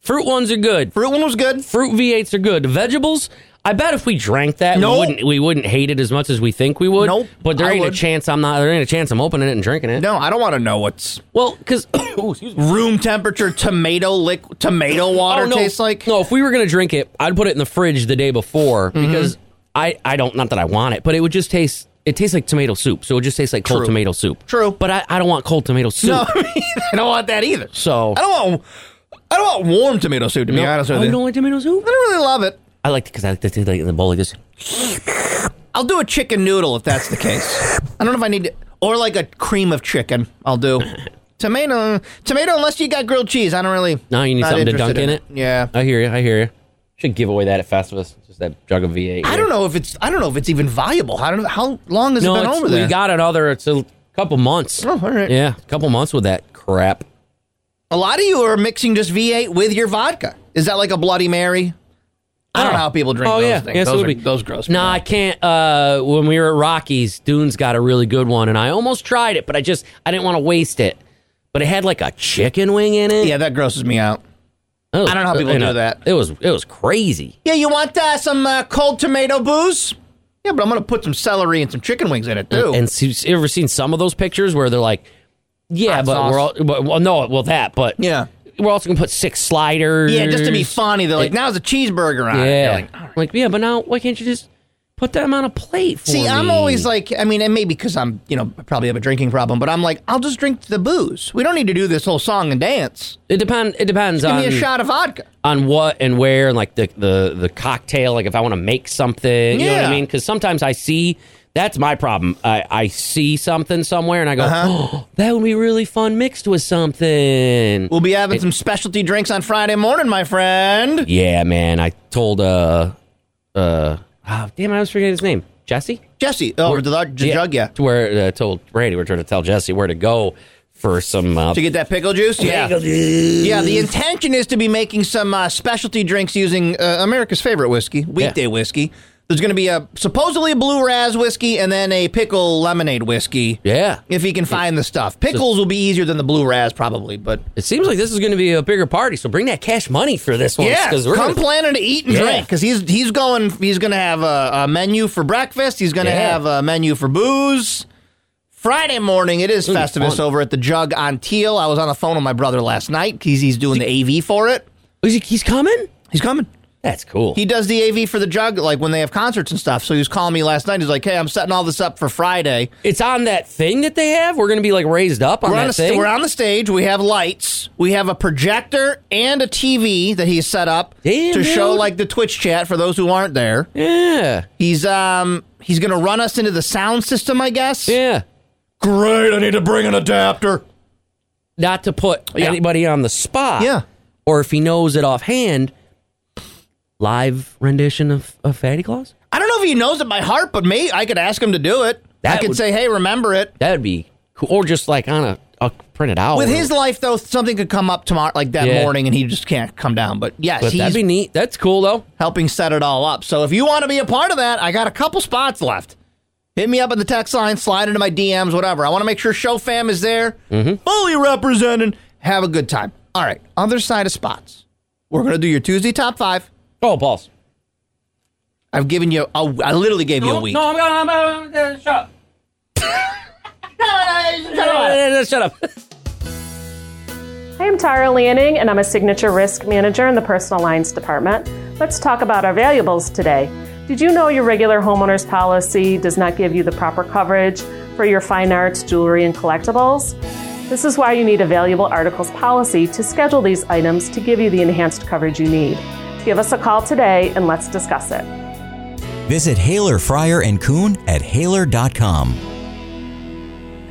A: Fruit ones are good.
B: fruit one was good.
A: Fruit V8s are good. The vegetables. I bet if we drank that,
B: Nope.
A: we wouldn't we wouldn't hate it as much as we think we would.
B: Nope,
A: But there
B: I
A: ain't
B: would.
A: a chance I'm not. There ain't a chance I'm opening it and drinking it.
B: No, I don't want to know what's
A: Well, because
B: room temperature tomato liquid tomato water
A: Oh, no.
B: tastes like.
A: No, if we were gonna drink
B: Mm-hmm.
A: it, I'd put it in the fridge the day before because I I don't not that I want it, but it would just taste It tastes like tomato soup, so it just tastes like cold
B: True.
A: tomato soup.
B: True.
A: But I, I don't want cold tomato soup.
B: No, I don't want that either.
A: So
B: I don't want. I don't want warm tomato soup. To be
A: No,
B: honest with
A: oh,
B: you,
A: you don't like tomato soup?
B: I don't really love it.
A: I like because I like to take like in the bowl like this.
B: I'll do a chicken noodle if that's the case. I don't know if I need to, or like a cream of chicken. I'll do tomato, tomato. Unless you got grilled cheese, I don't really.
A: No, you need
B: not
A: something to
B: interested
A: dunk in it.
B: Yeah,
A: I hear you. I hear you. Should give away that at Festivus. Just that jug of V8.
B: I don't know if it's. I don't know if it's even viable. I don't know how long has
A: No,
B: it been
A: it's-
B: over there.
A: we got another. It's a couple months.
B: Oh, all right.
A: Yeah, a couple months with that crap.
B: a lot of you are mixing just V8 with your vodka. Is that like a Bloody Mary? I don't know how people drink
A: Oh
B: those
A: yeah,
B: things.
A: yes,
B: those,
A: it would
B: are-
A: be.
B: those gross. me
A: No, I
B: out.
A: can't. Uh, when we were at Rockies, Dune's got a really good one, and I almost tried it, but I just I didn't want to waste it. But it had like a chicken wing in it.
B: yeah, that grosses me out.
A: Oh,
B: I don't know how people
A: and
B: do
A: a-
B: that.
A: It was it was crazy.
B: Yeah, you want uh, some uh, cold tomato booze? Yeah, but I'm gonna put some celery and some chicken wings in it too.
A: And so, you ever seen some of those pictures where they're like, yeah,
B: Hot
A: but
B: sauce.
A: we're all but, well, no, well that, but
B: yeah,
A: we're also gonna put six sliders.
B: yeah, just to be funny, they're like,
A: It-
B: now's a cheeseburger on it. You're
A: Yeah,
B: like,
A: like, yeah, but now why can't you just put them on a plate? For
B: See, I'm
A: me?
B: always like, I mean, and maybe because I'm, you know, I probably have a drinking problem, but I'm like, I'll just drink the booze. We don't need to do this whole song and dance.
A: it depends. It depends
B: Give
A: on
B: me a shot of vodka.
A: on what and where and like the the the cocktail like if i want to make something you know what
B: Yeah.
A: i mean because sometimes i see that's my problem i i see something somewhere and i go
B: Uh-huh.
A: oh that would be really fun mixed with something
B: We'll be having some specialty drinks on Friday morning, my friend.
A: yeah man i told uh uh oh, damn i was forgetting his name jesse
B: Jesse, oh, the, large- the jug, yeah.
A: to where uh, told randy we're trying to tell jesse where to go for some uh,
B: To get that pickle juice, yeah, yeah. The intention is to be making some uh, specialty drinks using uh, America's favorite whiskey, weekday whiskey. There's going to be a supposedly a blue raz whiskey and then a pickle lemonade whiskey.
A: yeah
B: If he can find the stuff, pickles will be easier than the blue raz probably, but
A: it seems like this is going to be a bigger party so bring that cash money for this one
B: yeah,
A: because we're
B: come
A: gonna-
B: planning to eat and
A: Yeah.
B: drink because he's he's going he's going to have a, a menu for breakfast. He's going to
A: Yeah.
B: have a menu for booze. Friday morning, it is
A: Ooh,
B: Festivus
A: fun.
B: over at the Jug on Teal. I was on the phone with my brother last night. He's he's doing the AV for it.
A: Oh, Is he- he's coming
B: He's coming.
A: That's cool.
B: He does the AV for the Jug, like when they have concerts and stuff. So he was calling me last night. He's like, "Hey, I'm setting all this up for Friday.
A: it's on that thing that they have. We're gonna be like raised up on
B: We're
A: that
B: on, a st-
A: thing.
B: we're on the stage. We have lights. We have a projector and a TV that he's set up
A: Damn,
B: to show
A: dude.
B: like the Twitch chat for those who aren't there.
A: yeah,
B: He's um he's gonna run us into the sound system, I guess.
A: yeah.
B: Great, I need to bring an adapter.
A: Not to put
B: Yeah.
A: anybody on the spot.
B: Yeah.
A: Or if he knows it offhand, live rendition of, of Fatty Claus.
B: I don't know if he knows it by heart, but me, I could ask him to do it. I
A: That
B: could
A: would-
B: say, hey, remember it.
A: That'd be cool. Or just like on a, a printed out
B: With his life though, something could come up tomorrow like that
A: Yeah.
B: morning and he just can't come down. But yes,
A: But
B: he's
A: that'd be neat. That's cool though.
B: helping set it all up. So if you want to be a part of that, I got a couple spots left. Hit me up in the text line, slide into my DMs, whatever. I want to make sure Show Fam is there, fully represented. Have a good time. All right, other side of spots. We're going to do your Tuesday top five.
A: Oh, balls.
B: I've given you, a, I literally gave you a week.
A: No, I'm gonna, I'm gonna shut up. Uh, Shut up.
D: I am Tara Lanning, and I'm a signature risk manager in the personal lines department. Let's talk about our valuables today. Did you know your regular homeowner's policy does not give you the proper coverage for your fine arts, jewelry, and collectibles? This is why you need a valuable articles policy to schedule these items to give you the enhanced coverage you need. Give us a call today and let's discuss it.
E: Visit Haler, Fryer, and Kuhn at Haler.com.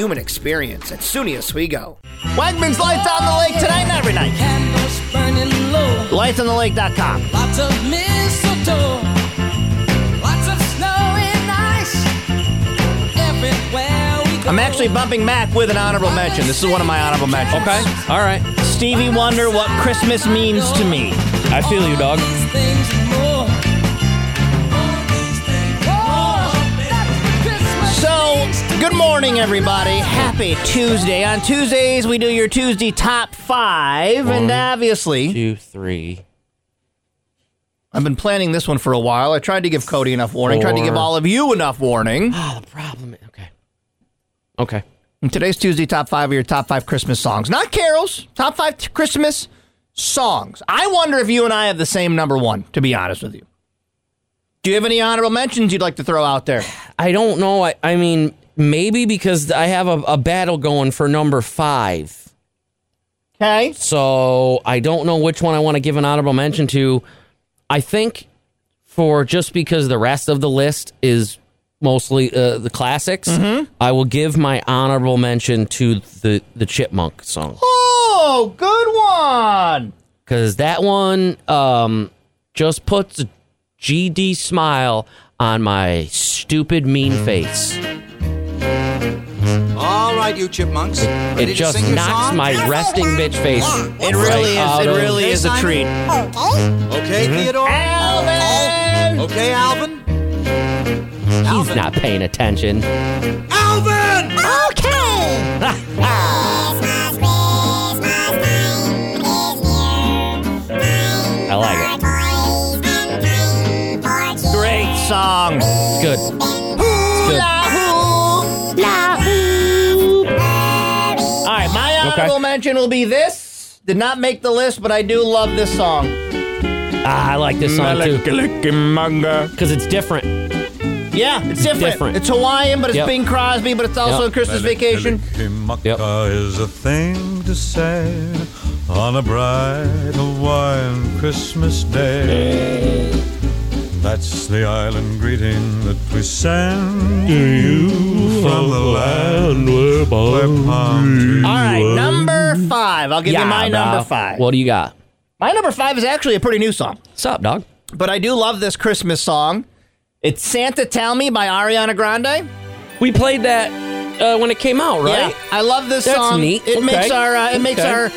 B: human experience at SUNY Oswego. Wegman's Lights on the Lake tonight and every night.
F: Candles burning low,
B: LightsOnTheLake.com.
F: lots of mistletoe, lots of snow and ice. Everywhere we go.
B: I'm actually bumping Mac with an honorable mention. This is one of my honorable mentions.
A: Okay. All right.
B: Stevie Wonder, What Christmas Means to Me.
A: I feel you, dog.
F: These things and
G: Oh.
F: more. All these things and more. That was the Christmas
B: So, Good morning, everybody. Happy Tuesday. On Tuesdays, we do your Tuesday top five. And obviously,
A: Two, three.
B: I've been planning this one for a while. I tried to give Cody enough warning, tried to give
A: Four.
B: all of you enough warning.
A: Oh, the problem. Okay. Okay.
B: And today's Tuesday top five are your top five Christmas songs, not carols, top five t- Christmas songs. I wonder if you and I have the same number one, to be honest with you. Do you have any honorable mentions you'd like to throw out there?
A: I don't know. I, I mean, maybe because I have a, a battle going for number five.
B: Okay.
A: So I don't know which one I want to give an honorable mention to. I think for just because the rest of the list is mostly uh, the classics,
B: Mm-hmm.
A: I will give my honorable mention to the the Chipmunk song
B: Oh, good one.
A: because that one um, just puts a GD smile on my stupid mean
B: Mm-hmm.
A: face.
F: All right, you chipmunks.
A: It just knocks my resting bitch face.
B: It really
A: out
B: is. It
A: of-
B: really is a treat.
F: Okay,
A: Mm-hmm.
F: Theodore.
B: Alvin!
F: Okay, Alvin.
A: He's not paying attention.
F: Alvin!
A: I like it.
B: Great song.
A: It's good.
B: All right, my honorable mention will be this. Did not make the list, but I do love this song.
A: Ah, I like this song too. Because it's different.
B: Yeah, it's different.
A: Different.
B: It's Hawaiian, but it's
A: Yep.
B: Bing Crosby, but it's also
A: Yep.
B: a Christmas vacation.
H: is a thing to say on a bright Hawaiian Christmas day. That's the island greeting that we send to you from the land where palm trees
B: All right, number five. I'll give you my
A: bro.
B: number five.
A: What do you got?
B: my number five is actually a pretty new song,
A: What's up, dog?
B: but I do love this Christmas song. It's Santa Tell Me by Ariana Grande.
A: We played that uh, when it came out, right?
B: Yeah, I love this
A: That's
B: song.
A: neat.
B: It
A: Okay.
B: makes our uh, it makes
A: Okay.
B: our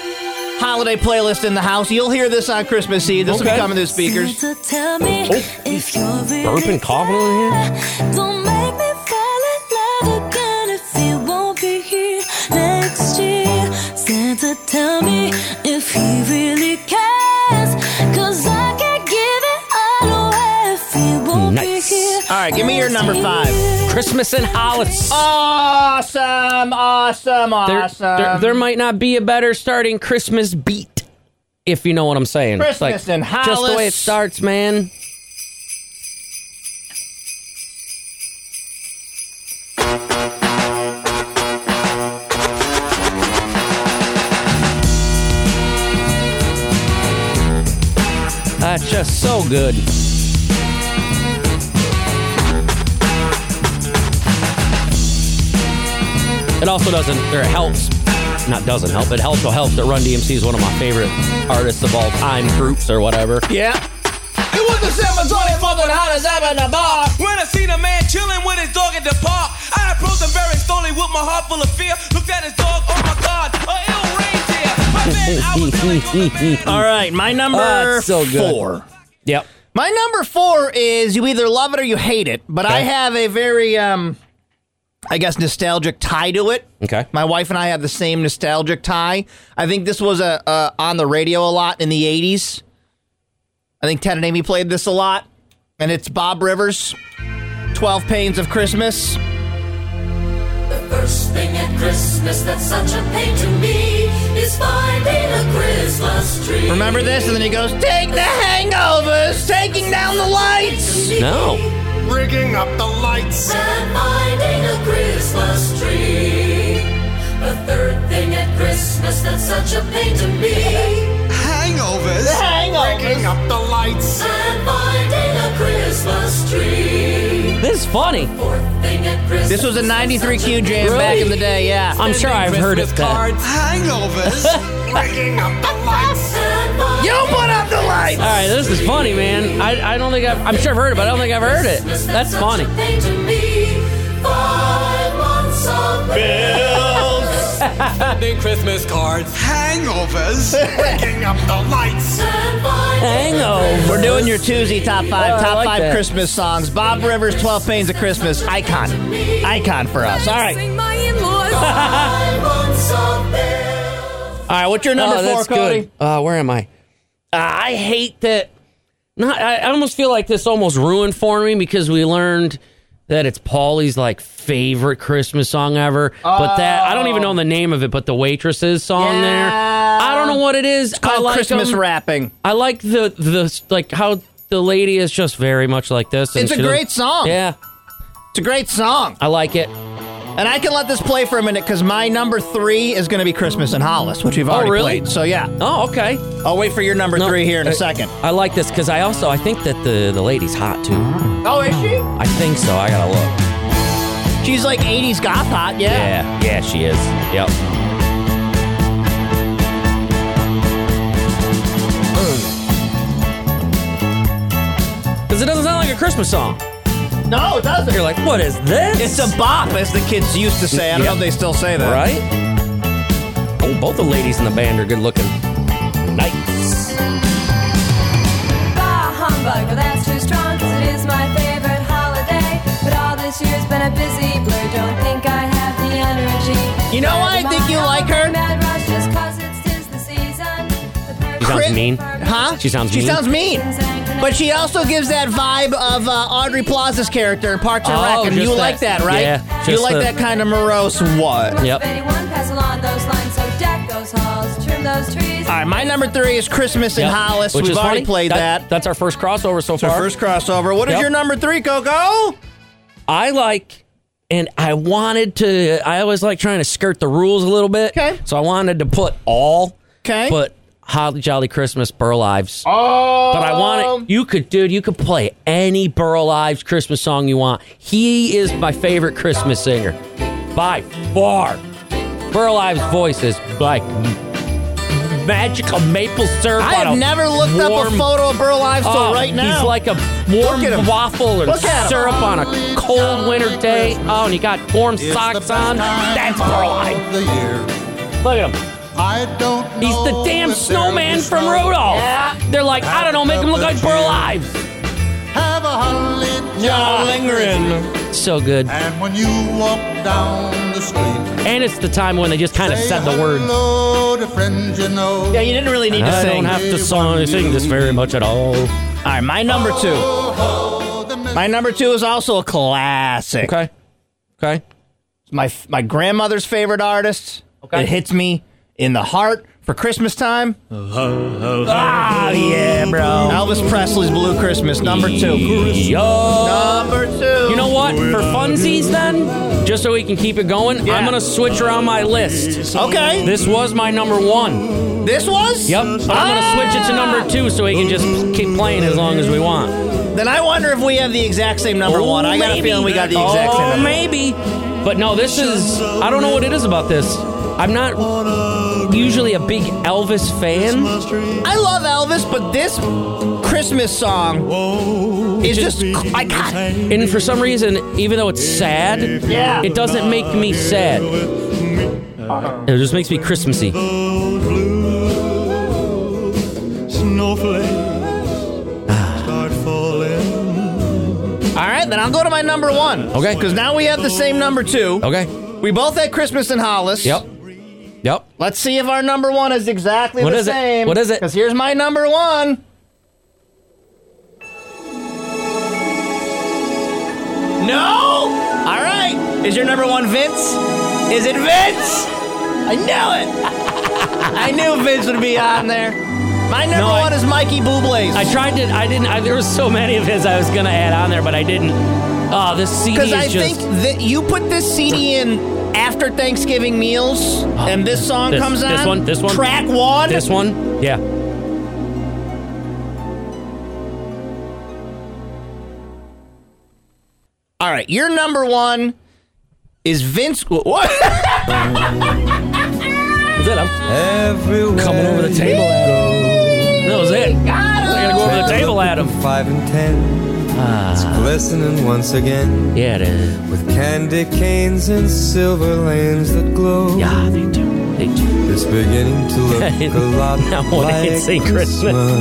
B: holiday playlist in the house. You'll hear this on Christmas Eve. This will
A: Okay.
B: be coming to the speakers.
F: Tell me if you're
A: Oh, Burping, coughing over here.
F: Don't make me fall in love again if you won't be here next year. Santa, tell me if he really cares. Cause I can't give it all away if he won't
A: Nice.
F: be here.
B: All right, give me your number five.
A: Christmas and Hollis.
B: Awesome, awesome,
A: there, there-
B: awesome.
A: there might not be a better starting Christmas beat, if you know what I'm saying. It's
B: Christmas and
A: Just the way it
B: Hollis.
A: starts, man. That's just so good. It also doesn't, or it helps, not doesn't help, it helps, it helps that Run DMC is one of my favorite artists of all time, groups or whatever.
B: yeah. It was December 24th and hot as ever in the bar.
F: When I seen a man chilling with his dog at the park, I approached him very slowly with my heart full of fear. Looked at his dog, oh my god, a ill reindeer. My man, I was telling you the man.
B: All right, my number
A: Ah, it's so good.
B: four.
A: Yep.
B: My number four is you either love it or you hate it, but I
A: Okay.
B: have a very, um, I guess, nostalgic tie to it.
A: Okay.
B: My wife and I have the same nostalgic tie. I think this was a, uh on the radio a lot in the 80s. I think Ted and Amy played this a lot, and it's Bob Rivers, 12 Pains of Christmas.
F: First thing at Christmas that's such a pain to me is finding a Christmas tree.
B: Remember this? And then he goes, Take the hangovers, taking down the lights.
A: No.
H: rigging up the lights.
F: And finding a Christmas tree. The third thing at Christmas that's such a pain to me.
H: Hangovers.
B: Hangovers.
H: up the lights.
F: And finding a Christmas tree.
A: This is funny.
F: Fourth thing at Christmas.
B: This was a 93
F: that's such
B: Q
F: a
B: jam
A: Really?
B: back in the day, yeah.
A: I'm sure I've heard it. Then.
H: Hangovers. rigging up the lights.
F: And finding
B: You put up the lights!
A: All right, this is funny, man. I, I don't think I've, I'm sure I've heard it, but I don't think I've heard it.
F: Christmas
A: That's
F: such
A: funny.
F: a pain to me. Five months of bills.
I: sending Christmas cards. Hangovers. Waking up the lights.
A: Oh,
B: Hangover. We're doing your Tuesday top five,
I: Oh, I
B: top
I: like
B: five
I: that.
B: Christmas songs. Bob Rivers, Twelve Pains of Christmas, icon, icon for us. All right,
F: Sing my in-laws. I want
B: all
F: something.
B: right. What's your number
A: Oh,
B: four,
A: that's
B: Cody?
A: good. Uh, where am I? Uh, I hate that. Not. I, I almost feel like this almost ruined for me because we learned that it's Paulie's like favorite Christmas song ever. But that I don't even
B: Oh.
A: know the name of it. But the waitresses song there. I don't know what it is. It's
B: called Christmas rapping.
A: I like the the like how the lady is just very much like this. and
B: It's a
A: she doesn't-
B: great song.
A: Yeah,
B: It's a great song.
A: I like it.
B: And I can let this play for a minute because my number three is going to be Christmas in Hollis, which we've
A: Oh,
B: already
A: really?
B: played. So yeah,
A: Oh, okay.
B: I'll wait for your number
A: No,
B: three here in
A: I-
B: a second.
A: I like this because I also I think that the the lady's hot too.
B: Oh, is she?
A: I think so. I gotta look.
B: She's like '80s goth hot. Yeah.
A: Yeah, yeah, she is. Yep. Because it doesn't sound like a Christmas song.
B: No, it doesn't.
A: You're like, what is this?
B: It's a bop, as the kids used to say. I don't
A: Yep.
B: know if they still say that.
A: right. Oh, both the ladies in the band are good looking. Nice.
F: Bah humbug, well that's too strong, cause it is my favorite holiday. But all this year's been a busy blur, don't think I have the energy.
B: You know why I think you like her?
F: Mad rush just 'cause it's 'tis the season. The
A: She sounds
F: perfect
A: mean.
B: Huh?
A: She sounds
B: She
A: mean.
B: sounds mean. But she also gives that vibe of uh, Audrey Plaza's character in Parks and
A: Oh,
B: Rec, and
A: just
B: you
A: that-
B: like that, right?
A: yeah,
B: you
A: just
B: like
A: the-
B: that kind of morose what?
A: Yep.
F: If anyone pass along those lines, so deck those halls, trim those trees.
B: All right, my number three is Christmas in
A: Yep.
B: Hollis.
A: Which
B: We've
A: is
B: already
A: funny.
B: played that.
A: That's our first crossover so
B: It's
A: far.
B: our first crossover. What is
A: Yep.
B: your number three, Coco?
A: I like, and I wanted to. I always like trying to skirt the rules a little bit.
B: Okay.
A: So I wanted to put all.
B: 'Kay.
A: But Holly Jolly Christmas Burl Ives.
B: Oh,
A: But I want it. You could, dude. You could play any Burl Ives Christmas song you want. He is my favorite Christmas singer by far. Burl Ives' voice is like magical maple syrup.
B: I have
A: on a
B: never looked up a
A: warm-
B: photo of Burl Ives till
A: Oh,
B: right now.
A: He's like a warm
B: Look at him.
A: waffle or
B: Look at him.
A: syrup on a cold winter day. Oh, and he got warm socks on. That's Burl Ives.
I: The year.
A: Look at him.
I: I don't
A: He's the damn snowman from Rudolph. They're like, I don't know, make him look like Burl Ives.
I: Have a holly
A: uh, So good.
I: And when you walk down the street,
A: And it's the time when they just kind of said the words.
I: Hello to friends you know.
B: yeah, you didn't really need to
A: I
B: sing.
A: don't have to song, sing this very much at all.
B: All right, my number two. My number two is also a classic.
A: Okay. Okay.
B: my my grandmother's favorite artist.
A: Okay.
B: It hits me in the heart for Christmas time. Ah, yeah, bro. Elvis Presley's Blue Christmas, number two.
A: Yo.
B: Number two.
A: You know what? For funsies, then, just so we can keep it going,
B: Yeah.
A: I'm going to switch around my list.
B: Okay.
A: This was my number one.
B: This was? Ah,
A: Yep. But I'm going to switch it to number two so we can just keep playing as long as we want.
B: Then I wonder if we have the exact same number
A: Oh,
B: one. I got a
A: maybe.
B: feeling we got the exact
A: oh,
B: same number.
A: maybe. But no, this is. I don't know what it is about this. I'm not usually a big Elvis fan.
B: I love Elvis, but this Christmas song is just iconic.
A: And for some reason, even though it's sad,
B: Yeah. Uh-huh.
A: it doesn't make me sad. It just makes me Christmassy.
B: All right, then I'll go to my number one.
A: Okay.
B: Because now we have the same number two.
A: Okay.
B: We both had Christmas in Hollis.
A: Yep. Yep.
B: Let's see if our number one is exactly
A: What
B: the
A: is it?
B: same.
A: What is it?
B: Because here's my number one. No! All right. Is your number one Vince? Is it Vince? I knew it. I knew Vince would be on there. My number
A: No, I-
B: one is Mikey Bublé's.
A: I tried to. I didn't. I, there was so many of his I was gonna add on there, but I didn't. Oh, this CD
B: Because
A: is
B: I
A: just.
B: think that you put this CD in after Thanksgiving meals, and this song
A: Oh. this-
B: comes on.
A: this one, this one,
B: Track one.
A: this one. Yeah.
B: All right, your number one is Vince. wh- What?
A: Was it? I'm coming over the table at him. That was it. I gotta go over the table at him.
J: Five and ten,
A: Ah,
J: glistening once again
A: yeah, it is.
J: with candy canes and silver lanes that glow.
A: Yeah, they do. They do.
J: beginning to look a lot like Christmas.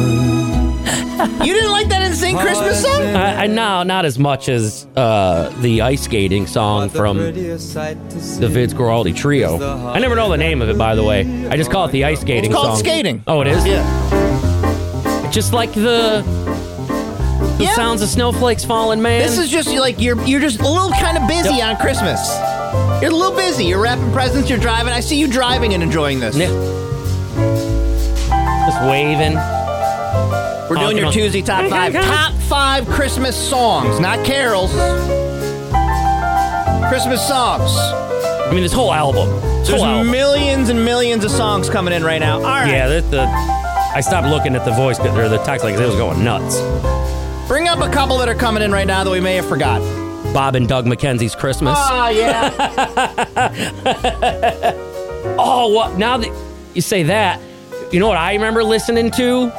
B: you didn't like that insane Christmas song?
A: I, I, no, not as much as uh, the ice skating song from the Vince Guaraldi Trio. I never know the name of it, by the way. I just call it the ice skating
B: It's
A: song.
B: called skating.
A: Oh, it is?
B: Yeah.
A: Just like the, the sounds of snowflakes falling, man.
B: This is just like you're you're just a little kind of busy on Christmas. You're a little busy. You're wrapping presents. You're driving. I see you driving and enjoying this.
A: Yeah. Just waving.
B: We're doing your Tuesday top five. Top five Christmas songs, not carols. Christmas songs.
A: I mean, this whole album. This
B: There's
A: whole album.
B: millions and millions of songs coming in right now. All right.
A: Yeah, the, the, I stopped looking at the voice or the text like it was going nuts.
B: Bring up a couple that are coming in right now that we may have forgot.
A: Bob and Doug McKenzie's Christmas.
B: Oh, yeah.
A: Oh, what? Now that you say that, you know what I remember listening to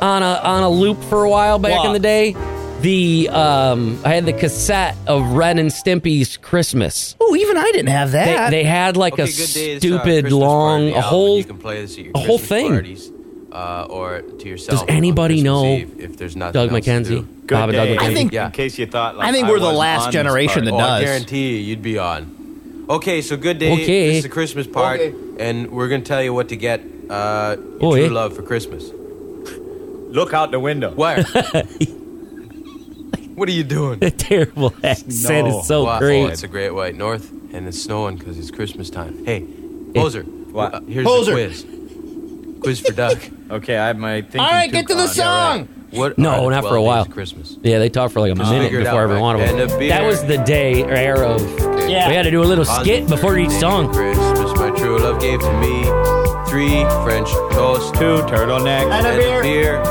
A: on a on a loop for a while back in
B: What?
A: the day. The um, I had the cassette of Ren and Stimpy's Christmas.
B: oh, even I didn't have
A: They,
B: that.
A: they had like a
K: Okay, good day to start
A: stupid
K: Christmas
A: long,
K: party
A: a
K: out.
A: whole
K: You can play this at your
A: a whole
K: Christmas
A: thing.
K: parties, uh, or to yourself.
A: Does anybody
K: on Christmas
A: know
K: Eve if there's nothing
A: Doug
K: else to
A: McKenzie?
K: do.
A: Good Bob and Doug day. McKenzie.
K: I think,
A: Yeah.
K: in case you thought, like,
B: I think we're the
K: wasn't
B: last
K: on this
B: generation
K: party.
B: that
K: oh, I
B: does.
K: guarantee you, you'd be on. Okay, so good day.
A: Okay.
K: This is the Christmas part, and we're gonna tell you what to get uh, your
A: Oi.
K: true love for Christmas. Look out the window. Where? what are you doing?
A: The terrible accent
K: No.
A: is so
K: Wow.
A: great.
K: Oh, it's a great white north, and it's snowing because it's Christmas time. Hey, Poser. What? here's
B: Poser.
K: the quiz. Quiz for Doug. okay, I have my thinking. Oh,
B: All right, get to the song.
K: What?
A: No,
K: are the
A: not for
K: 12
A: a
K: days
A: while.
K: of Christmas.
A: Yeah, they talked for like a
K: Just
A: minute
K: figure it
A: before
K: out,
A: every
K: right?
A: one of
K: And
A: them.
K: a beer.
A: That was the day or era of.
B: Yeah.
A: We had to do a little
K: On
A: skit
K: the
A: before each
K: thirteenth
A: song.
K: Christmas, my true love gave to me three French toast, two turtlenecks,
B: And a beer.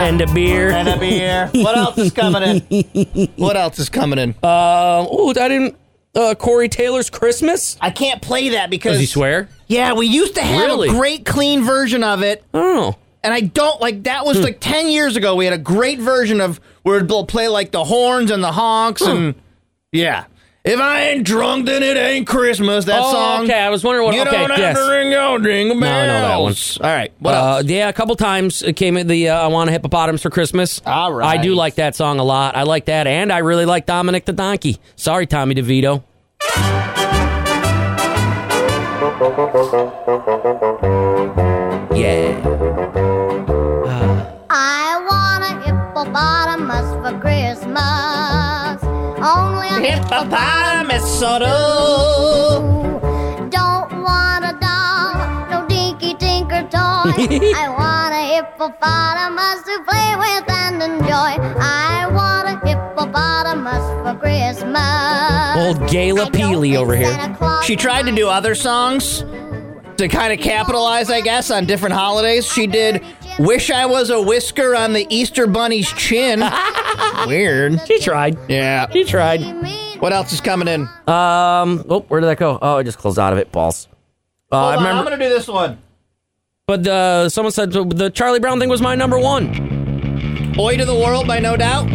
A: and a beer.
B: and a beer. What else is coming in? What else is coming in?
A: Um, oh, I didn't. Uh, Corey Taylor's Christmas.
B: I can't play that because
A: Does he swear?
B: Yeah, we used to have
A: Really?
B: a great clean version of it.
A: I don't know.
B: And I don't like that
A: Hmm.
B: was like 10 years ago. We had a great version of where it'll play like the horns and the honks
A: Hmm.
B: and yeah. If I ain't drunk, then it ain't Christmas. That
A: Oh,
B: song.
A: okay, I was wondering what-
B: You
A: okay,
B: don't
A: yes.
B: have to ring your jingle
A: No, I know that one.
B: bells. All right, what
A: uh,
B: else?
A: Yeah, a couple times it came at the uh, I Want a Hippopotamus for Christmas.
B: All right.
A: I do like that song a lot. I like that, and I really like Dominic the Donkey. Sorry, Tommy DeVito. Yeah.
G: I want a hippopotamus for Christmas. Only a
B: Hippopotamus soda.
G: Don't want a doll, no dinky tinker toy. I want a hippopotamus to play with and enjoy. I want a hippopotamus for Christmas.
A: Old Gayla Peely over here.
G: Santa Claus
B: She tried to do other songs to kind of capitalize, I guess, on different holidays. She did Wish I Was a Whisker on the Easter Bunny's Chin. Weird.
A: She tried.
B: Yeah.
A: She tried.
B: What else is coming in?
A: Um. Oh, where did that go? Oh, I just closed out of it. Balls. Uh, I remember.
B: going to do this one.
A: but uh, someone said the Charlie Brown thing was my number one.
B: Oi to the World by No Doubt.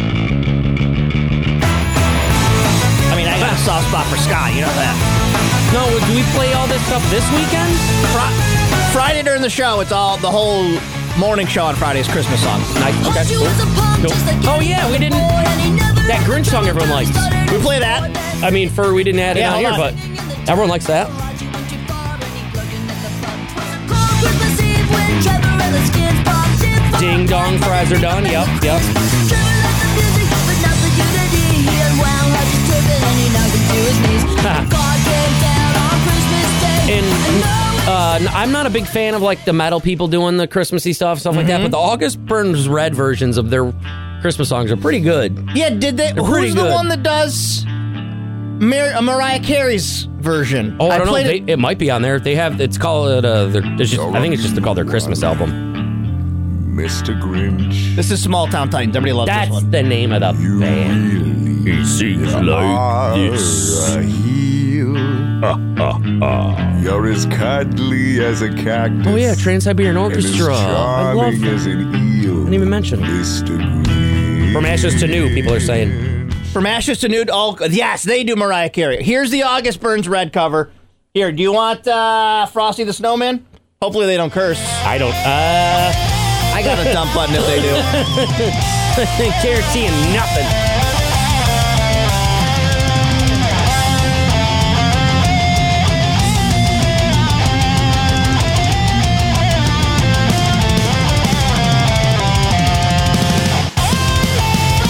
B: I mean, I got a soft spot for Scott. You know that.
A: No, do we play all this stuff this weekend?
B: Fri- Friday during the show, it's all the whole morning show on Friday is Christmas songs.
A: Nice. Okay. Cool. Cool. Oh yeah, we didn't. That Grinch song everyone likes.
B: We play that.
A: I mean, for we didn't add
B: Yeah,
A: it on here,
B: hold on.
A: but everyone likes that. Ding dong, fries are done. Yep, yep. And uh, n- I'm not a big fan of like the metal people doing the Christmassy stuff, stuff like
B: Mm-hmm.
A: that. But the August Burns Red versions of their Christmas songs are pretty good.
B: Yeah, did they?
A: They're pretty
B: who's the
A: good.
B: one that does Mar- uh, Mariah Carey's version?
A: Oh, I, don't know.
B: played
A: They,
B: it.
A: it might be on there. They have. It's called. Uh, their, it's just, I think it's just called their Christmas album.
H: Mr. Grinch.
B: This is Small Town Titans. Everybody loves
A: That's
B: this one.
A: the name of the band. He sings
H: Are a heel. You're as cuddly as a cactus.
A: Oh yeah, Trans Siberian
H: and as
A: Orchestra. I love.
H: charming
A: Them.
H: as an eel.
A: Didn't even mention.
H: Mr. Grinch.
A: From ashes to new, people are saying.
B: From Ashes to Nude. All yes, they do Mariah Carey. Here's the August Burns Red cover. Here, do you want uh, Frosty the Snowman? Hopefully they don't curse.
A: I don't. Uh,
B: I got a dump button if they do.
A: Guaranteeing nothing.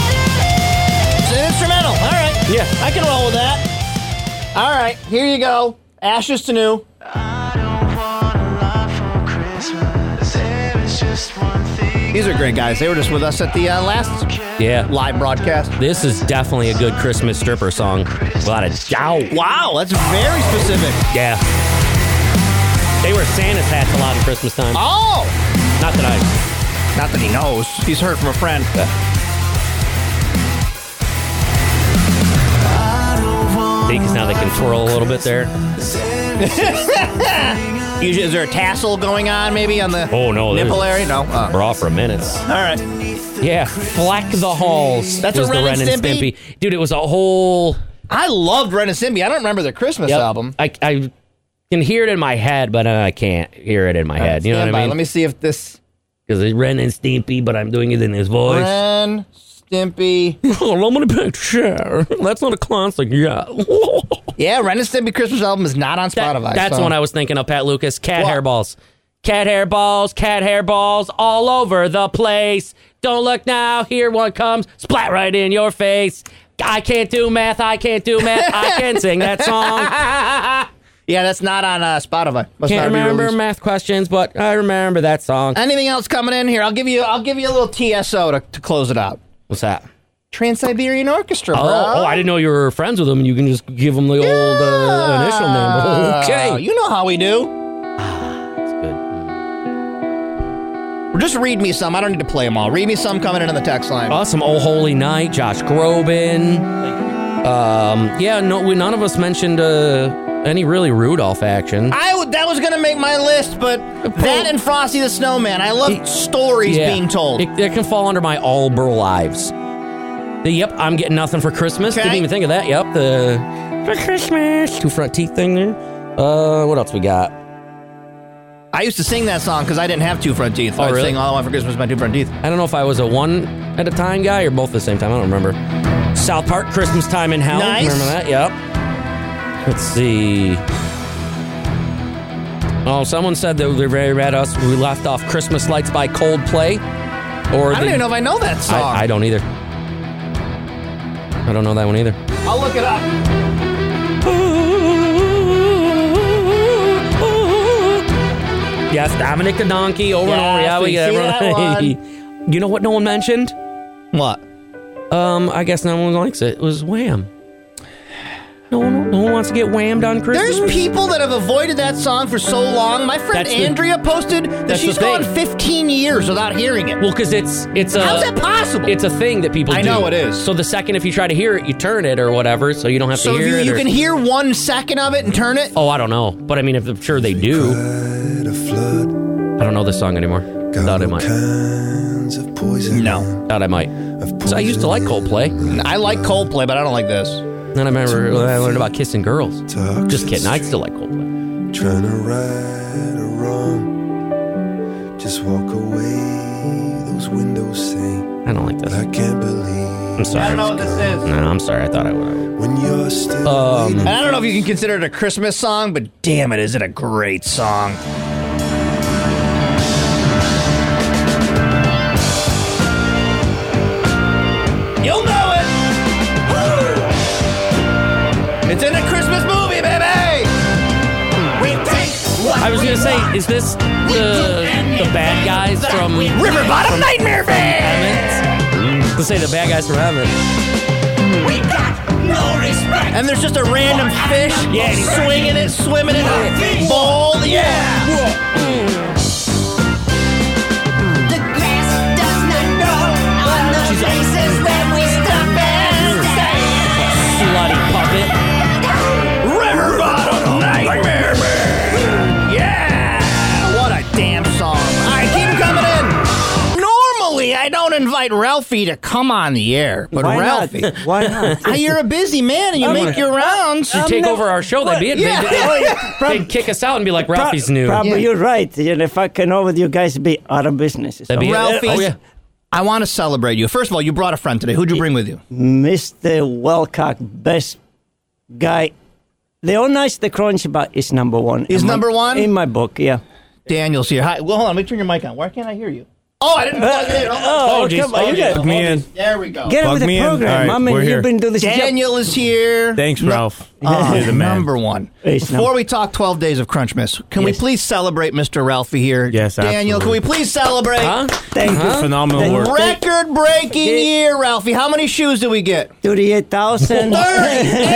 B: It's an instrumental. All right.
A: Yeah.
B: I can roll with that. All right. Here you go. Ashes to new. These are great guys. They were just with us at the uh, last
A: Yeah.
B: live broadcast.
A: This is definitely a good Christmas stripper song. A lot of wow.
B: Wow, that's very specific.
A: Yeah. They wear Santa's hats a lot at Christmas time.
B: Oh!
A: Not that I.
B: Not that he knows. He's heard from a friend.
A: Because now they can twirl a little bit there.
B: Usually, is there a tassel going on maybe on the
A: Oh no,
B: nipple
A: there's-
B: area? No. Oh.
A: We're off for a minute.
B: All right.
A: Yeah, fleck the halls.
B: That's
A: was
B: a
A: the
B: Ren
A: Ren
B: and
A: and
B: Stimpy?
A: Stimpy. Dude, it was a whole.
B: I loved Ren and Stimpy. I don't remember their Christmas
A: Yep.
B: album.
A: I, I can hear it in my head, but uh, I can't hear it in my head. You know
B: Stand
A: what
B: by.
A: I
B: Let
A: mean?
B: me see if this
A: Because it's Ren and Stimpy, but I'm doing it in his voice.
B: Ren Stimpy.
A: Oh, I'm gonna picture. That's not a classic yet.
B: Yeah, Ren and Stimpy Christmas album is not on Spotify.
A: That's
B: so-
A: one I was thinking of, Pat Lucas. Cat
B: What?
A: hair balls. Cat hair balls, cat hair balls all over the place. Don't look now, here one comes, splat right in your face. I can't do math, I can't do math, I can sing that song.
B: Yeah, that's not on uh, Spotify. Must not
A: Can't
B: be
A: remember
B: released.
A: math questions, but I remember that song.
B: Anything else coming in here? I'll give you. I'll give you a little TSO to, to close it out.
A: What's that?
B: Trans Siberian Orchestra.
A: Oh,
B: bro.
A: oh, I didn't know you were friends with him, and you can just give him the old uh, initial name.
B: Uh,
A: Okay.
B: you know how we do.
A: That's good.
B: Just read me some. I don't need to play them all. Read me some coming in on the text line.
A: Awesome. Oh Holy Night, Josh Groban. Um, yeah, no, we, none of us mentioned uh, any really Rudolph action.
B: I w- that was gonna make my list, but that and Frosty the Snowman. I love stories
A: Yeah.
B: being told.
A: It, it can fall under my all burr lives. The, yep, I'm getting nothing for Christmas. Didn't
B: Okay.
A: even think of that. Yep, the for Christmas two front teeth thing there. Uh, what else we got?
B: I used to sing that song because I didn't have two front teeth. I would
A: Oh, really?
B: sing all I want for Christmas is my two front teeth.
A: I don't know if I was a one at a time guy or both at the same time. I don't remember. South Park Christmas time in hell.
B: Nice.
A: Remember that? Yep. Let's see. Oh, someone said that they read at us. We left off "Christmas Lights" by Coldplay. Or
B: I don't
A: the-
B: even know if I know that song.
A: I, I don't either. I don't know that one either.
B: I'll look it up.
A: Yes, Dominic the Donkey over and over.
B: Yes,
A: Yeah, we,
B: we
A: yeah,
B: see
A: everyone- You know what? No one mentioned.
B: What?
A: Um, I guess no one likes it. It was Wham. No one, no one wants to get whammed on Christmas.
B: There's people that have avoided that song for so long. My friend
A: That's the-
B: Andrea posted that
A: that's
B: she's
A: the thing.
B: gone 15 years without hearing it.
A: Well, because it's it's a
B: How's that possible?
A: it's a thing that people.
B: I
A: do.
B: know it is.
A: So the second if you try to hear it, you turn it or whatever, so you don't have
B: so
A: to
B: if
A: hear
B: you,
A: it.
B: you
A: or-
B: can hear one second of it and turn it.
A: Oh, I don't know, but I mean, if, I'm sure they do. I don't know this song anymore. Thought I might.
B: No,
A: Thought I might. So I used to like Coldplay.
B: I like Coldplay, but I don't like this.
A: Then I remember when I learned about kissing girls. Just kidding. I still like Coldplay.
J: Trying to right or wrong. Just walk away. Those windows say,
A: I don't like this.
J: I can't believe
A: I'm sorry.
B: this is.
A: No, I'm sorry. I thought I would.
J: when you're still.
A: Um,
B: And I don't know if you can consider it a Christmas song, but damn it, is it a great song? You'll know it! Woo! It's in a Christmas movie, baby!
A: I was gonna say, is this the the bad guys from
B: River Bottom Nightmare Band!
A: Emmett? To say the bad guys from Emmett.
B: And there's just a random fish
A: Yeah, and he's-
B: swinging it, swimming it, ball, yeah!
A: mm. Slutty puppet.
B: River Bottom Nightmare Yeah! What a damn song. All right, keep 'em coming in. Normally, I don't invite Ralphie to come on the air, but
A: Why not?
B: Ralphie,
A: Why not?
B: Ah, You're a busy man, and you
A: I'm
B: make
A: a-
B: your rounds.
A: You
L: Um,
A: take over our show, that'd be it.
B: Yeah.
A: They'd- They'd, they'd kick us out and be like, Ralphie's new.
L: Probably you're right. You know, if I can over with you guys, be out of business.
B: That'd be it. Ralphie,
A: Oh,
B: I want to celebrate you. First of all, you brought a friend today. Who'd you bring with you?
L: Mr. Welcock, best guy. Leonice the Crunchbat is number one.
B: Is
L: in my-
B: number one?
L: in my book? Yeah.
B: Daniel's here. Hi. Well, hold on. Let me turn your mic on. Why can't I hear you? Oh, I didn't plug it in.
L: Oh,
B: geez.
L: come on, you
B: geez.
L: got- Plug me in.
B: There we go.
L: Get on with the program. I mean, you've been doing this.
B: Daniel is here.
M: Thanks, Ralph.
B: Ah,
M: You're the man.
B: number one.
M: Ace
B: Before
M: number-
B: we talk 12 days of Crunchmas, can we
M: Yes.
B: please celebrate Mr. Ralphie here? Yes, Daniel, can we
M: absolutely.
B: please celebrate?
M: Huh? Thank you. Huh? Phenomenal work.
B: Record breaking year, Ralphie. How many shoes did we get?
L: 38,000.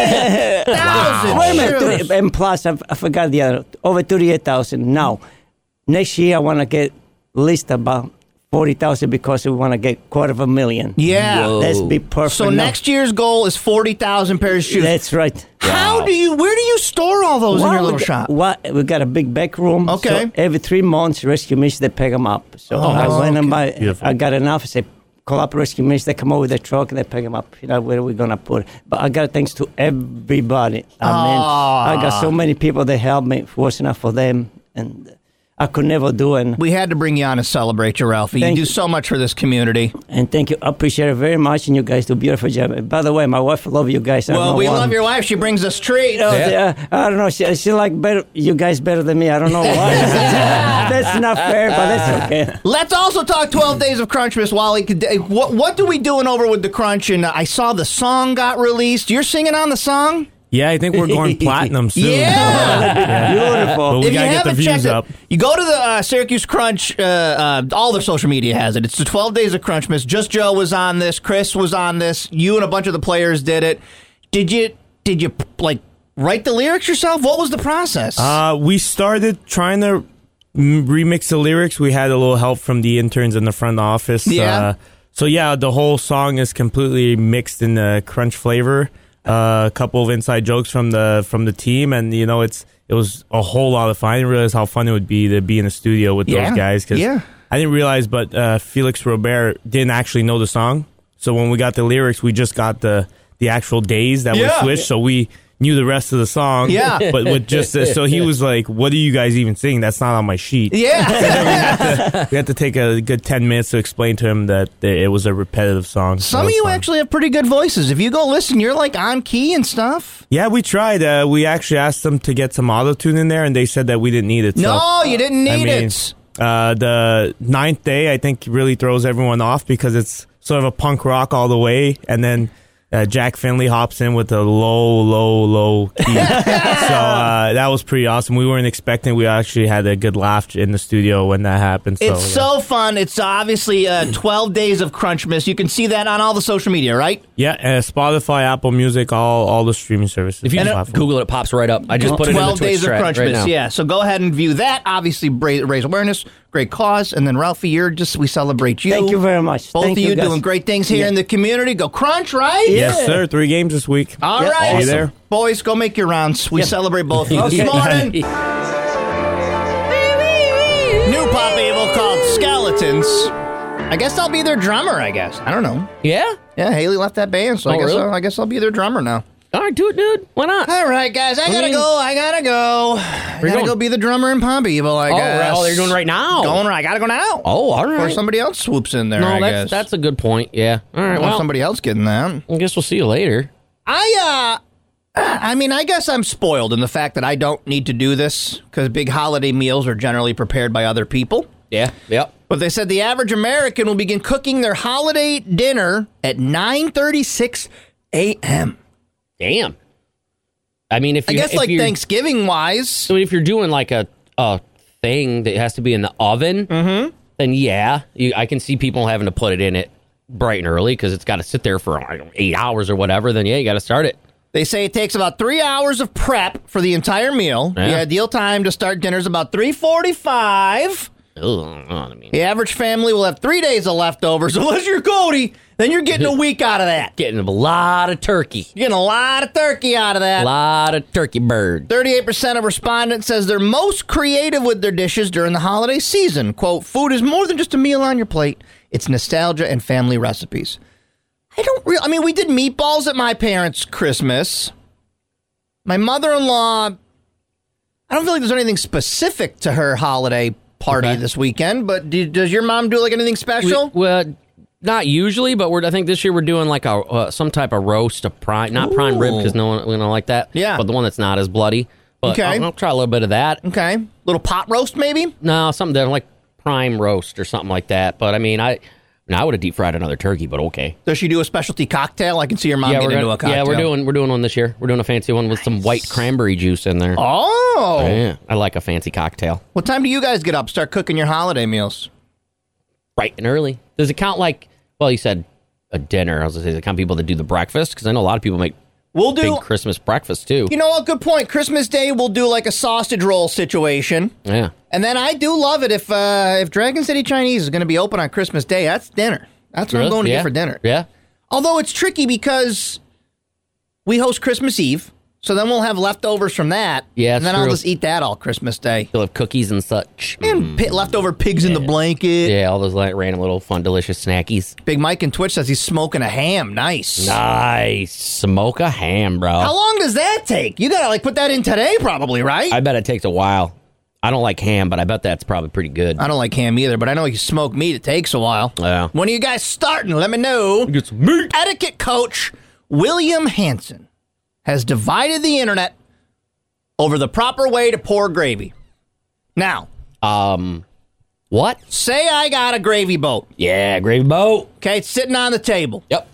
B: 38,000
L: Wait a minute.
B: shoes.
L: 30 and plus, I, f- I forgot the other. Over 38,000. Now, next year, I want to get at least about 40,000 because we want to get quarter of a million.
B: Yeah.
L: Let's be perfect.
B: So
L: now.
B: next year's goal is 40,000 pairs of shoes.
L: That's right.
B: How do you, where do you store all those in
L: Well,
B: your little
L: we got,
B: shop?
L: What we got a big back room.
B: Okay.
L: so every three months, rescue missions they pick them up. So
B: Oh,
L: I
B: nice.
L: went and buy.
B: Beautiful.
L: I got an office. They call up rescue missions. They come over with their truck and they pick them up. You know where we gonna put? it. But I got thanks to everybody. I mean, I got so many people that helped me. Was enough for them, and I could never do it.
B: We had to bring you on to celebrate you, Ralphie. You
L: Thank
B: do
L: you.
B: so much for this community.
L: And thank you. I appreciate it very much. And you guys do beautiful job. By the way, my wife love you guys. I don't
B: Well,
L: know
B: we
L: why.
B: love your wife. She brings us treats.
L: Oh, yeah, I don't know. She, she like better you guys better than me. I don't know why. that's not fair, but that's okay.
B: Let's also talk 12 Days of Crunchmas, Wally. Could- eh, What, what do we doing over with the crunch? And uh, I saw the song got released. You're singing on the song?
M: Yeah, I think we're going platinum soon.
B: Yeah.
M: But we
B: if you
M: gotta get the
B: haven't checked
M: views
B: it,
M: up.
B: you go to the uh, Syracuse Crunch. Uh, uh, all their social media has it. It's the 12 Days of Crunchmas. Just Joe was on this. Chris was on this. You and a bunch of the players did it. Did you? Did you like write the lyrics yourself? What was the process?
M: Uh, we started trying to m- remix the lyrics. We had a little help from the interns in the front office.
B: Yeah.
M: Uh, so yeah, the whole song is completely mixed in the crunch flavor. Uh, a couple of inside jokes from the from the team, and you know it's it was a whole lot of fun. I didn't realize how fun it would be to be in the studio with
B: Yeah.
M: those guys because
B: Yeah.
M: I didn't realize, but uh, Felix Robert didn't actually know the song. So when we got the lyrics, we just got the the actual days that
B: Yeah.
M: we switched. So we knew the rest of the song.
B: Yeah.
M: but with just this, so he was like, "What are you guys even singing? That's not on my sheet."
B: yeah.
M: we had to take a good ten minutes to explain to him that th- it was a repetitive song. So
B: Some
M: it
B: of
M: was
B: you
M: fun.
B: actually have pretty good voices. If you go listen, you're like on key and stuff.
M: Yeah, we tried. Uh, we actually asked them to get some auto tune in there, and they said that we didn't need it.
B: No,
M: so,
B: you didn't
M: I
B: need
M: mean,
B: it.
M: Uh, the ninth day, I think, really throws everyone off because it's sort of a punk rock all the way, and then uh, Jack Finley hops in with a low, low, low key. so uh, that was pretty awesome. We weren't expecting. We actually had a good laugh in the studio when that happened. So,
B: It's
M: yeah.
B: so fun. It's obviously
A: Hmm.
B: uh, 12 Days of Crunchmas. You can see that on all the social media, right?
M: yeah, uh, Spotify, Apple Music, all all the streaming services.
B: If you just
M: Google it, it pops right up.
A: I just put it in the
B: 12
A: Twitch
B: uh, Days of
A: chat right
B: Crunchmas,
A: now.
B: yeah. So go ahead and view that. Obviously, bra- raise awareness. Great cause. And then, Ralphie, you're just, we celebrate you.
L: Thank you very much.
B: Both
L: Thank
B: of you,
L: guys.
B: doing great things here
L: Yeah.
B: in the community. Go crunch, right?
M: Yes, sir. Three games this week.
B: All right,
M: Be there.
B: boys, go make your rounds. We celebrate both of you this morning. New pop label called Skeletons. I guess I'll be their drummer. I guess I don't know.
A: Yeah,
B: yeah. Haley left that band, so I
A: Oh,
B: guess
A: really?
B: I'll, I guess I'll be their drummer now.
A: All right, do it, dude. Why not?
B: All right, guys, I,
A: I
B: gotta
A: mean-
B: go. I gotta go. I
A: you
B: gotta
A: going?
B: go be the drummer in Pop Evil. I
A: Oh, right.
B: guess.
A: Oh, they're doing right now.
B: Going right. I gotta go now.
A: Oh, all
B: Or
A: right.
B: somebody else swoops in there.
A: No,
B: I
A: that's
B: guess.
A: that's a good point. Yeah. All right.
B: Or
A: Well,
B: somebody else getting that.
A: I guess we'll see you later.
B: I uh I mean, I guess I'm spoiled in the fact that I don't need to do this because big holiday meals are generally prepared by other people.
A: Yeah. Yep.
B: But they said the average American will begin cooking their holiday dinner at 9:36 a.m.
A: Damn. I mean, if
B: I
A: you,
B: guess
A: if
B: like
A: you're-
B: Thanksgiving wise,
A: I mean, if you're doing like a a thing that has to be in the oven,
B: Mm-hmm.
A: then yeah, you, I can see people having to put it in it bright and early because it's got to sit there for I don't know, eight hours or whatever. Then yeah, you got to start it.
B: They say it takes about three hours of prep for the entire meal. The
A: Yeah.
B: ideal time to start dinner is about 345.
A: Ugh, I don't know what I mean.
B: The average family will have three days of leftovers, unless you're Cody, Then you're getting a week out of that.
A: Getting a lot of turkey.
B: You're getting a lot of turkey out of that.
A: A lot of turkey bird.
B: 38% of respondents says they're most creative with their dishes during the holiday season. Quote, food is more than just a meal on your plate. It's nostalgia and family recipes. I don't really, I mean, we did meatballs at my parents' Christmas. My mother-in-law, I don't feel like there's anything specific to her holiday party this weekend, but do, does your mom do like anything special?
A: We- well, not usually, but we're. I think this year we're doing like a uh, some type of roast, a prime, not prime rib
B: Ooh.
A: because no one we don't like that. Yeah, but the one that's not as bloody. But
B: Okay.
A: I'll, I'll try a little bit of that.
B: Okay, little pot roast maybe.
A: No, something different, like prime roast or something like that. But I mean, I, now I would have deep fried another turkey, but okay.
B: Does she do a specialty cocktail? I can see your mom
A: yeah,
B: getting
A: we're
B: into a
A: gonna-
B: cocktail.
A: yeah, we're doing we're doing one this year. We're doing a fancy one with some white cranberry juice in there.
B: Oh,
A: yeah, I like a fancy cocktail.
B: What time do you guys get up? Start cooking your holiday meals.
A: bright and early. Does it count like? Well, you said a dinner. I was gonna say, does it count people that do the breakfast? Because I know a lot of people make
B: we'll do-
A: big Christmas breakfast too.
B: You know what? Good point. Christmas Day, we'll do like a sausage roll situation.
A: yeah,
B: And then I do love it if uh, if Dragon City Chinese is going to be open on Christmas Day. That's dinner. That's what I'm
A: Really?
B: going to
A: yeah.
B: get for dinner.
A: Yeah,
B: Although it's tricky because we host Christmas Eve, so then we'll have leftovers from that.
A: Yeah,
B: and
A: it's
B: then I'll
A: true.
B: just eat that all Christmas Day.
A: they'll have cookies and such.
B: And pi- leftover pigs in the blanket.
A: Hmm. Yeah, all those like random little fun, delicious snackies.
B: Big Mike and Twitch says he's smoking a ham. Nice.
A: Nice, smoke a ham, bro.
B: How long does that take? You gotta like put that in today, probably, right?
A: I bet it takes a while. I don't like ham, but I bet that's probably pretty good.
B: I don't like ham either, but I know you smoke meat. It takes a while.
A: Yeah.
B: When are you guys starting? Let me know.
A: Get some meat.
B: Etiquette coach William Hanson has divided the internet over the proper way to pour gravy. Now,
A: Um, what?
B: say I got a gravy boat.
A: Yeah, gravy boat.
B: Okay, it's sitting on the table.
A: Yep.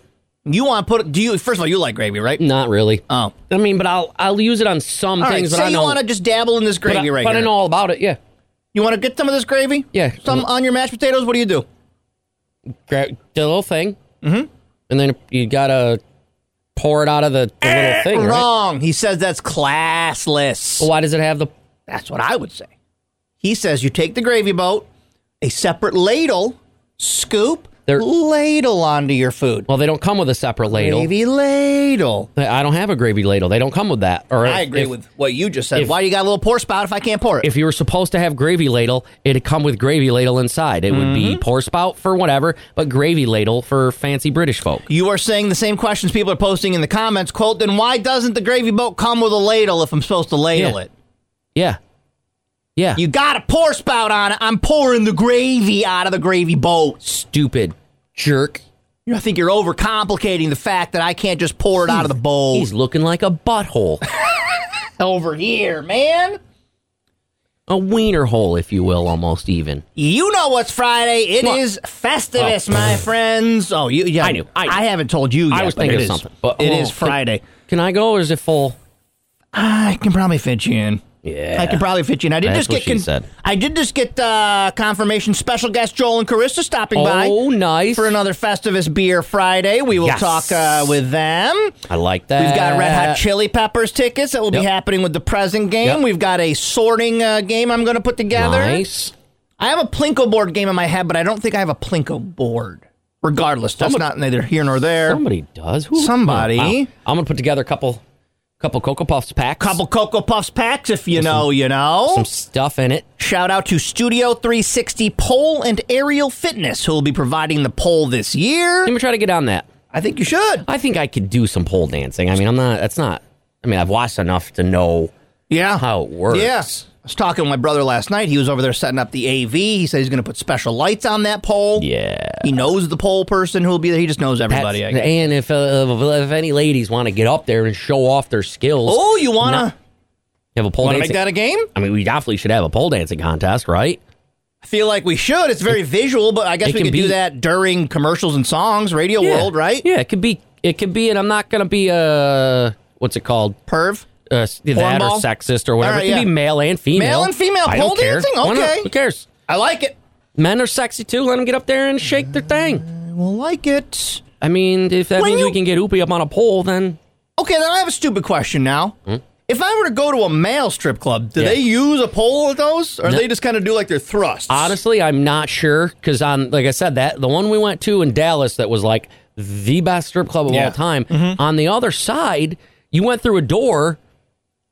B: You want to put? Do you? First of all, you like gravy, right?
A: Not really.
B: Oh,
A: I mean, but I'll I'll use it on some
B: all right.
A: things.
B: Say
A: but I
B: you
A: know,
B: want to just dabble in this
A: but I-
B: gravy right
A: but I
B: here.
A: know all about it. Yeah.
B: You want to get some of this gravy?
A: Yeah.
B: Some on your mashed potatoes. What do you do?
A: grab the little thing, mm-hmm. and then you gotta pour it out of the, the little thing, right?
B: Eh, Wrong. He says that's classless.
A: Well, Why does it have the?
B: That's what I would say. He says you take the gravy boat, a separate ladle, scoop, ladle onto your food.
A: Well, they don't come with a separate ladle.
B: Gravy ladle.
A: They- I don't have a gravy ladle. They don't come with that. Or
B: I
A: if-
B: agree
A: if,
B: with what you just said.
A: if-
B: Why do you got a little pour spout if I can't pour it?
A: If you were supposed to have gravy ladle, it'd come with gravy ladle inside. It would
B: Mm-hmm.
A: be pour spout for whatever, but gravy ladle for fancy British folk.
B: you are saying the same questions people are posting in the comments. Quote, then why doesn't the gravy boat come with a ladle if I'm supposed to ladle
A: Yeah.
B: it?
A: Yeah, yeah.
B: You got a pour spout on it. I'm pouring the gravy out of the gravy boat.
A: stupid jerk.
B: I think you're overcomplicating the fact that I can't just pour it out of the bowl.
A: He's looking like a butthole,
B: over here, man.
A: a wiener hole, if you will, almost even.
B: You know what's Friday. It
A: What? Oh.
B: is Festivus, my friends. Oh, you, yeah.
A: I knew, I knew.
B: haven't told you yet.
A: I was
B: but
A: thinking
B: it
A: of
B: is-
A: something, but
B: it
A: oh,
B: is
A: can-
B: Friday.
A: Can I go or is it full?
B: I can probably fit you in.
A: Yeah.
B: I can probably fit you in. I did
A: That's
B: just get
A: what she said.
B: I did just get uh, confirmation special guest Joel and Carissa stopping by
A: Oh, nice.
B: for another Festivus Beer Friday. We will
A: Yes.
B: talk uh, with them.
A: I like that.
B: We've got Red Hot Chili Peppers tickets that will be
A: Yep.
B: happening with the present game.
A: Yep.
B: We've got a sorting uh, game I'm going to put together.
A: Nice.
B: I have a Plinko board game in my head, but I don't think I have a Plinko board. Regardless, that's not neither here nor there.
A: Somebody does. Who?
B: Er, Somebody.
A: Oh, wow. I'm gonna put together a couple, couple Cocoa Puffs packs.
B: Couple Cocoa Puffs packs, if you know, you know.
A: Some stuff in it.
B: Shout out to Studio 360 Pole and Aerial Fitness, who will be providing the pole this year.
A: Let me try to get on that.
B: I think you should.
A: I think I could do some pole dancing. I mean, I'm not. That's not. I mean, I've watched enough to know
B: Yeah.
A: how it works.
B: Yes. I was talking with my brother last night. He was over there setting up the AV. He said he's going to put special lights on that pole.
A: Yeah.
B: He knows the pole person who will be there. He just knows
A: That's-
B: everybody. I guess.
A: and if uh, if any ladies want to get up there and show off their skills,
B: Oh, you want
A: Not- have a
B: to
A: pole
B: want to
A: dancing.
B: make that a game?
A: I mean, we definitely should have a pole dancing contest, right?
B: feel like we should. It's very visual, but I guess
A: It
B: we
A: can
B: could
A: be-
B: do that during commercials and songs, Radio
A: Yeah.
B: World, right?
A: Yeah, it could be. It could be, and I'm not gonna be uh, what's it called?
B: Perv.
A: uh, s- that or
B: ball?
A: sexist or whatever.
B: All right,
A: it can
B: yeah.
A: be male and female.
B: Male and female
A: I
B: pole
A: don't care.
B: dancing?
A: Why not?
B: Okay.
A: Who cares?
B: I like it.
A: Men are sexy too. Let them get up there and shake their thing.
B: I will like it.
A: I mean, if that
B: When
A: means
B: you-
A: we can get oopy up on a pole, then
B: Okay, then I have a stupid question now. If I were to go to a male strip club, do
A: Hmm? Yeah.
B: they use a pole with those, or they just kind of do like their thrusts?
A: honestly, I'm not sure because on like I said that the one we went to in Dallas that was like the best strip club of
B: Yeah.
A: all time. On the other side, you went through a door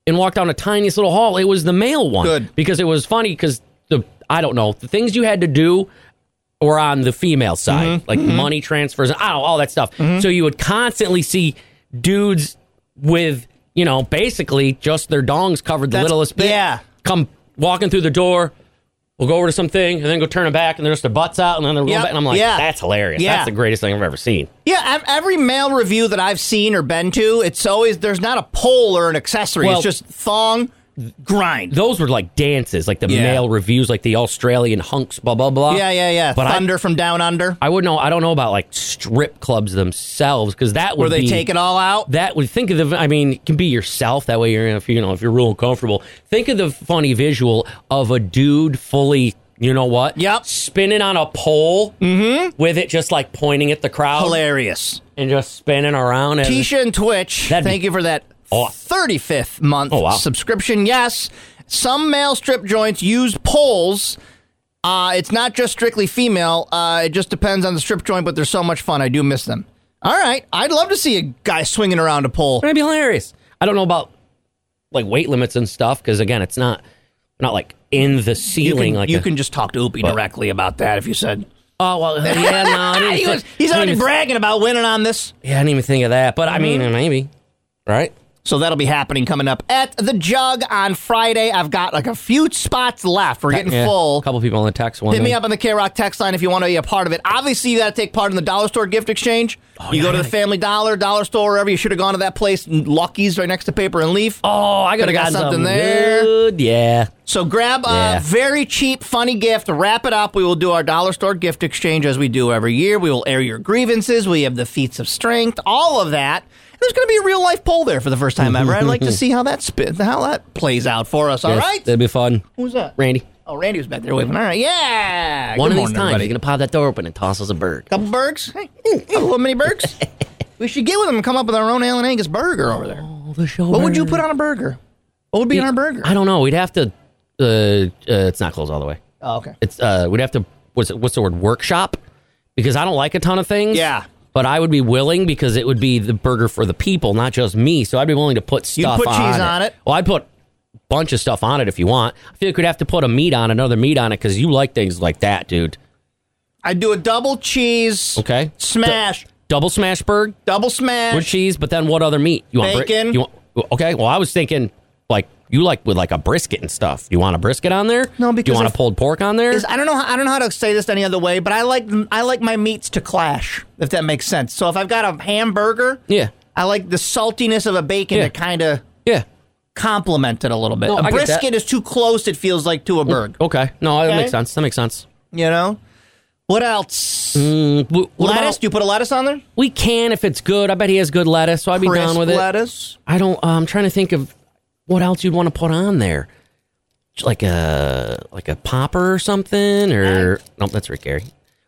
A: and walked down a tiniest little hall. It was the male one. Good. Because it was funny because the I don't know, the things you had to do were on the female side. Like money transfers, I don't know, all that stuff. So you would constantly see dudes with, you know, basically just their dongs covered the
B: That's-
A: littlest bit. Yeah. Come walking through the door. We'll go over to something and then go turn it back and they're just their butts out and then they're
B: Yep.
A: back. And I'm like,
B: Yeah.
A: that's hilarious.
B: Yeah.
A: That's the greatest thing I've ever seen.
B: Yeah, ev- every male review that I've seen or been to, it's always there's not a pole or an accessory.
A: Well-
B: it's just thong grind.
A: Those were like dances, like the
B: Yeah.
A: male reviews, like the Australian hunks, blah blah blah.
B: Yeah, yeah, yeah.
A: uh, But I-
B: Thunder from down under.
A: I would know. I don't know about like strip clubs themselves because that would
B: Where they
A: be-
B: take it all out?
A: That would think of the. I mean, it can be yourself. That way, you're if you know if you're real uncomfortable. Think of the funny visual of a dude fully. You know what? Yep. Spinning on a pole
B: Mm-hmm.
A: with it just like pointing at the crowd.
B: Hilarious.
A: And just spinning around. And
B: Tisha and Twitch,
A: That'd be
B: thank you for that
A: awesome.
B: 35th month
A: Oh, wow.
B: subscription. Yes, some male strip joints use poles. Uh, it's not just strictly female. Uh, it just depends on the strip joint, but they're so much fun. I do miss them. All right. I'd love to see a guy swinging around a pole.
A: That'd be hilarious. I don't know about like weight limits and stuff because again, it's not not like in the
B: You
A: ceiling.
B: can,
A: like
B: you
A: a-
B: can just talk to Oopie
A: But-
B: directly about that if you said.
A: Oh well, yeah, no, I didn't
B: He
A: thi-
B: was- he's
A: I didn't
B: already Mm-hmm.
A: even-
B: bragging about winning on this.
A: Yeah, I didn't even think of that, but I mean, maybe, right?
B: So that'll be happening coming up at the Jug on Friday. I've got like a few spots left. We're getting
A: Yeah,
B: full.
A: A couple people on the text one.
B: Hit me
A: day.
B: up on the K Rock text line if you want to be a part of it. Obviously, you got to take part in the dollar store gift exchange. you
A: Oh, yeah,
B: go to
A: I
B: the Family Dollar, Dollar Store, wherever you should have gone to that place. Lucky's right next to Paper and Leaf.
A: Oh, I gotta
B: Coulda got
A: got
B: something
A: some
B: there.
A: good, Yeah.
B: So grab a
A: Yeah.
B: very cheap, funny gift, wrap it up. We will do our dollar store gift exchange as we do every year. We will air your grievances. We have the feats of strength, all of that. And there's going to be a real life poll there for the first time ever. I'd like to see how that spit, how that plays out for us. All
A: Yes,
B: right.
A: that'd be fun.
B: Who's that?
A: Randy.
B: Oh, Randy was back there waving. All right, yeah.
A: One of
B: Good
A: these
B: morning,
A: times,
B: everybody.
A: you're gonna pop that door open and toss us a bird.
B: Couple burgers. Hey, couple of mini burgers. we should get with them and come up with our own Allen Angus burger over there. what would you put on a burger? What would be on our burger?
A: Oh, I don't know. We'd have to. Uh, uh, it's not closed all the way.
B: Oh, okay.
A: It's uh, we'd have to. What's it, what's the word? Workshop. Because I don't like a ton of things.
B: Yeah.
A: But I would be willing because it would be the burger for the people, not just me. So I'd be willing to put
B: You
A: stuff.
B: put
A: on
B: cheese
A: it.
B: on it.
A: Well, I'd put a bunch of stuff on it if you want. I feel like we'd have to put a meat on another meat on it because you like things like that, dude.
B: I'd do a double cheese
A: Okay.
B: smash,
A: Double smash burger
B: double smash.
A: with cheese, but then what other meat? You bri-
B: Bacon.
A: you want, okay. Well, I was thinking like you like with like a brisket and stuff. You want a brisket on there?
B: No,
A: you
B: because
A: want a
B: if-
A: pulled pork on there.
B: Is- I don't know. How, I don't know how to say this any other way, but I like I like my meats to clash, if that makes sense. So if I've got a hamburger,
A: Yeah.
B: I like the saltiness of a bacon
A: Yeah.
B: to kind of
A: Yeah.
B: complement it a little bit.
A: No,
B: a
A: I get that.
B: brisket is too close. It feels like to a burger.
A: Okay. No, that
B: Okay.
A: makes sense. That makes sense.
B: You know. What else?
A: Mm, wh- what
B: lettuce?
A: about-
B: Do you put a lettuce on there?
A: we can if it's good. I bet he has good lettuce, so I'd be down with it.
B: lettuce.
A: I don't. Uh, I'm trying to think of what else you'd want to put on there, Just like a like a popper or something, or no, that's Rick Gary.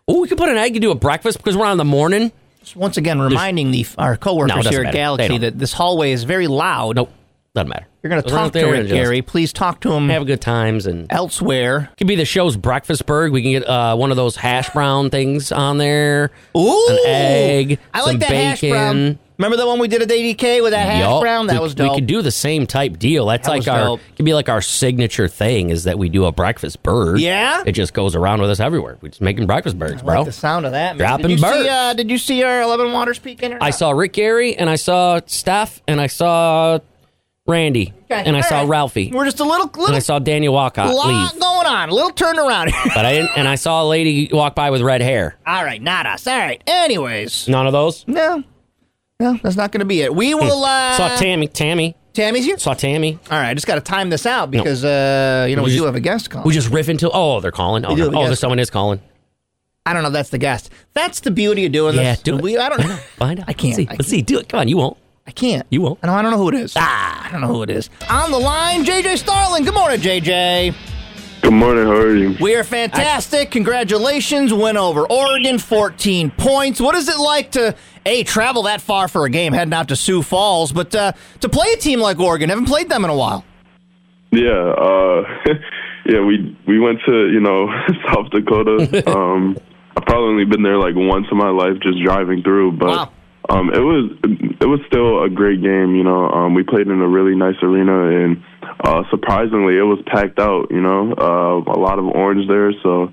A: Oh, we could put an egg. You do a breakfast because we're on in the morning.
B: Just once again, reminding the our
A: No, it
B: coworkers
A: doesn't
B: here at
A: matter. They
B: Galaxy
A: don't.
B: that this hallway is very loud.
A: Nope, doesn't matter.
B: You're going to
A: We're out
B: talk to
A: there and
B: Rick
A: just
B: Gary. Please talk to him
A: Have good times and
B: elsewhere.
A: could be the show's breakfast burger. We can get uh, one of those hash brown things on there.
B: Ooh,
A: an egg.
B: I like
A: some
B: that hash
A: bacon.
B: brown. Remember the one we did at ADK with that hash
A: Yup.
B: brown? That
A: we,
B: was dope.
A: We could do the same type deal. That's
B: That
A: like
B: was
A: our
B: dope.
A: could be like our signature thing is that we do a breakfast bird.
B: Yeah?
A: it just goes around with us everywhere. We're just making breakfast birds,
B: I
A: bro.
B: like the sound of that. Man.
A: Dropping
B: did you
A: birds.
B: See, uh, did you see our Eleven Waters Peak in? or
A: I
B: not?
A: saw Rick Gary and I saw Steph and I saw Randy
B: Okay,
A: and I
B: all
A: saw
B: right.
A: Ralphie
B: We're just a little,
A: and I
B: little
A: saw Daniel Walcott
B: lot
A: leave.
B: going on. A little turnaround.
A: But I didn't, and I saw a lady walk by with red hair.
B: All right, not us. All right. Anyways,
A: None of those.
B: no, no, that's not going to be it. We will. Uh,
A: Hmm. saw Tammy. Tammy.
B: Tammy's here.
A: Saw Tammy.
B: All right, I just got to time this out
A: No.
B: because uh, you know
A: We
B: we, do
A: just-
B: have a guest call.
A: We just riff until oh they're calling. Oh,
B: We do
A: no.
B: have a
A: oh
B: guest.
A: there's someone is calling.
B: I don't know. if That's the guest. That's the beauty of doing
A: Yeah,
B: this.
A: do it.
B: we, I don't. know.
A: Find out.
B: I can't.
A: Let's see.
B: I
A: Let's see. Do it. Come on. You won't.
B: I can't.
A: You won't.
B: I don't, I don't know who it is. Ah, I don't know who it is. On the line, JJ Starling. Good morning, JJ.
N: Good morning. How are you?
B: We are fantastic. Congratulations. Win over Oregon, 14 points. What is it like to, A, travel that far for a game, heading out to Sioux Falls, but uh, to play a team like Oregon? Haven't played them in a while.
N: Yeah. Uh, yeah. We we went to you know South Dakota. Um, I probably only been there like once in my life, just driving through. But um, it was it was still a great game. You know, um, we played in a really nice arena, and uh, surprisingly, it was packed out. You know, uh, a lot of orange there, so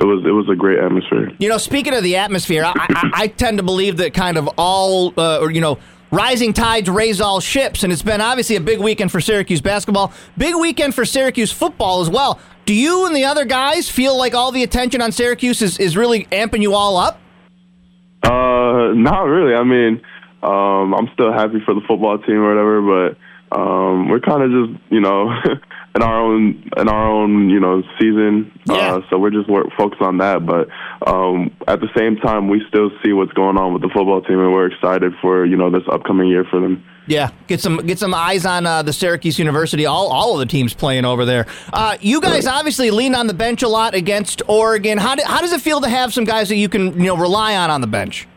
N: it was it was a great atmosphere.
B: You know, speaking of the atmosphere, I, I, I tend to believe that kind of all, uh, or you know, rising tides raise all ships, and it's been obviously a big weekend for Syracuse basketball, big weekend for Syracuse football as well. Do you and the other guys feel like all the attention on Syracuse is, is really amping you all up?
N: Uh, not really. I mean, um, I'm still happy for the football team or whatever, but um, we're kind of just you know in our own in our own you know season. Uh, so we're just work, focused on that. But um, at the same time, we still see what's going on with the football team, and we're excited for you know this upcoming year for them.
B: Yeah, get some get some eyes on uh, the Syracuse University. All all of the teams playing over there. Uh, you guys obviously lean on the bench a lot against Oregon. How, do, how does it feel to have some guys that you can you know rely on on the bench?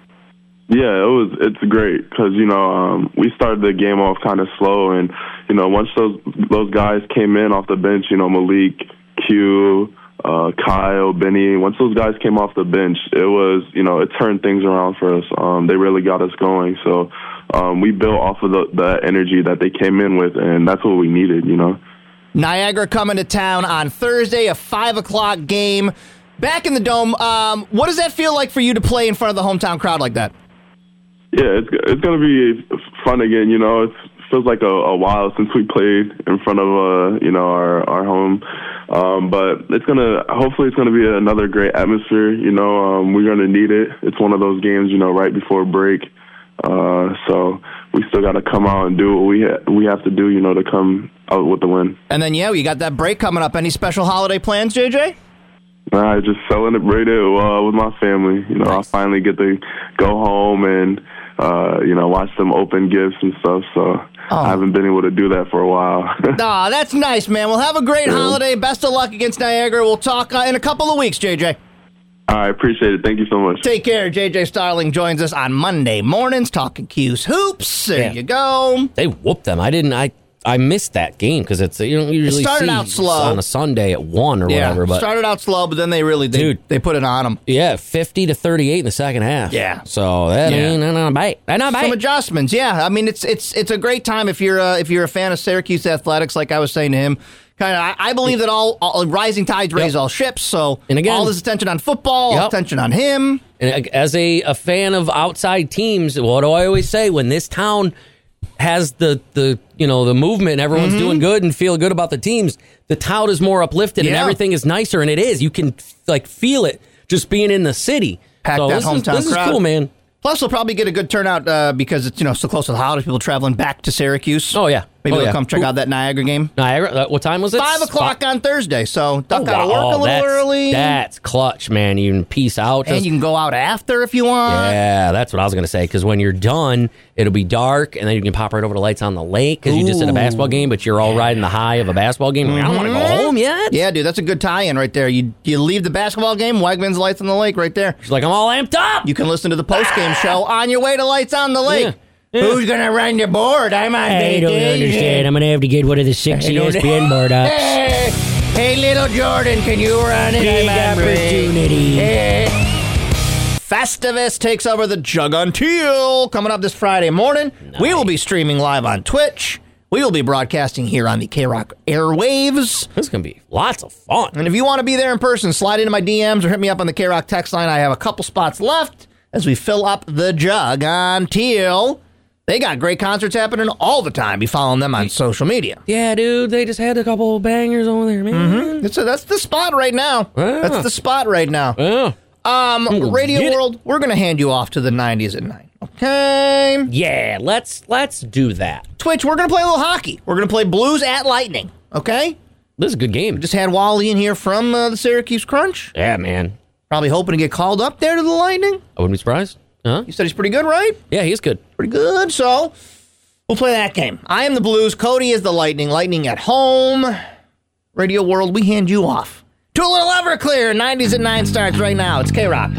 N: Yeah, it was. It's great because you know um, we started the game off kind of slow, and you know once those those guys came in off the bench, you know Malik, Q, uh, Kyle, Benny. Once those guys came off the bench, it was you know it turned things around for us. Um, they really got us going. So um, we built off of the, the energy that they came in with, and that's what we needed. You know.
B: Niagara coming to town on Thursday, a five o'clock game. Back in the dome, um, what does that feel like for you to play in front of the hometown crowd like that?
N: Yeah, it's it's gonna be fun again. You know, it feels like a, a while since we played in front of uh you know our our home, um, but it's gonna hopefully it's gonna be another great atmosphere. You know, um, we're gonna need it. It's one of those games you know right before break, uh, so we still gotta come out and do what we ha- we have to do. You know, to come out with the win.
B: And then yeah, you got that break coming up. Any special holiday plans, JJ?
N: I just celebrated uh, with my family. You know, I finally get to go home and uh, you know watch them open gifts and stuff. So I haven't been able to do that for a while.
B: Aw, that's nice, man. Well, have a great holiday. Best of luck against Niagara. We'll talk uh, in a couple of weeks, JJ.
N: I appreciate it. Thank you so much.
B: Take care. JJ Starling joins us on Monday mornings talking Q's hoops. There
A: Yeah.
B: you go.
A: They whooped them. I didn't. I I missed that game because it's you don't usually
B: started
A: see
B: out
A: it's
B: slow.
A: on a Sunday at one or whatever. But
B: started out slow, but then they really they,
A: Dude.
B: they put it on them.
A: yeah, fifty to thirty-eight in the second half.
B: Yeah.
A: so that
B: Yeah.
A: ain't not a bite. That's not a bite.
B: Some adjustments, yeah. I mean, it's it's it's a great time if you're uh, if you're a fan of Syracuse athletics, like I was saying to him. Kind of, I, I believe that all, all rising tides raise all ships. So, and again, all this attention on football, all
A: Yep.
B: attention on him.
A: And uh, as a, a fan of outside teams, what do I always say? When this town has the the you know the movement, and everyone's
B: Mm-hmm.
A: doing good and feel good about the teams. The town is more uplifted and
B: Yeah.
A: everything is nicer, and it is. You can like feel it just being in the city.
B: Pack
A: so
B: that
A: this
B: hometown
A: is, this
B: crowd.
A: is cool, man.
B: Plus, they'll probably get a good turnout uh, because it's you know so close to the holidays. People traveling back to Syracuse. Oh
A: yeah,
B: maybe
A: Oh,
B: they'll
A: yeah.
B: come check out that Niagara game.
A: Niagara. uh, what time was it?
B: Five o'clock on Thursday. So Duck got to
A: Oh, wow.
B: work a little
A: that's,
B: early,
A: That's clutch, man. You can peace out.
B: and
A: Just-
B: you can go out after if you want.
A: yeah, that's what I was gonna say. Because when you're done, it'll be dark, and then you can pop right over to lights on the lake because you just did a
B: Ooh.
A: basketball game, but you're all riding the high of a basketball game. Like, I don't want to go
B: Mhm.
A: home yet.
B: Yeah, dude, that's a good tie-in right there. You you leave the basketball game, Wegman's Lights on the Lake right there.
A: She's like, I'm all amped up.
B: You can listen to the
A: Ah.
B: post-game show on your way to Lights on the Lake. Who's gonna run your board? I'm on
A: I don't
B: vacation.
A: understand. I'm gonna have to get one of the six E
B: I don't-
A: ESPN board apps.
B: Hey, hey, little Jordan, can you run it?
A: Big
B: I'm hungry.
A: opportunity.
B: Hey. Festivus takes over the jug on teal coming up this Friday morning. We will be streaming live on Twitch. We will be broadcasting here on the K Rock airwaves.
A: This is going to be lots of fun.
B: And if you want to be there in person, slide into my DMs or hit me up on the K Rock text line. I have a couple spots left as we fill up the jug on teal. They got great concerts happening all the time. Be following them on social media.
A: Yeah, dude, they just had a couple of bangers over there, man.
B: That's that's the spot right now.
A: Yeah.
B: That's the spot right now. Um,
A: gonna
B: Radio
A: get it.
B: World, we're gonna hand you off to the '90s at nine. Okay.
A: Yeah, let's let's do that.
B: Twitch, we're gonna play a little hockey. We're gonna play Blues at Lightning. Okay.
A: This is a good game.
B: Just had Wally in here from uh, the Syracuse Crunch.
A: Yeah, man.
B: Probably hoping to get called up there to the Lightning.
A: I wouldn't be surprised. Huh?
B: You said he's pretty good, right?
A: Yeah, he's good.
B: Pretty good. So we'll play that game. I am the Blues. Cody is the Lightning. Lightning at home. Radio World, we hand you off to a little Everclear. 90s at nine starts right now. It's K Rock.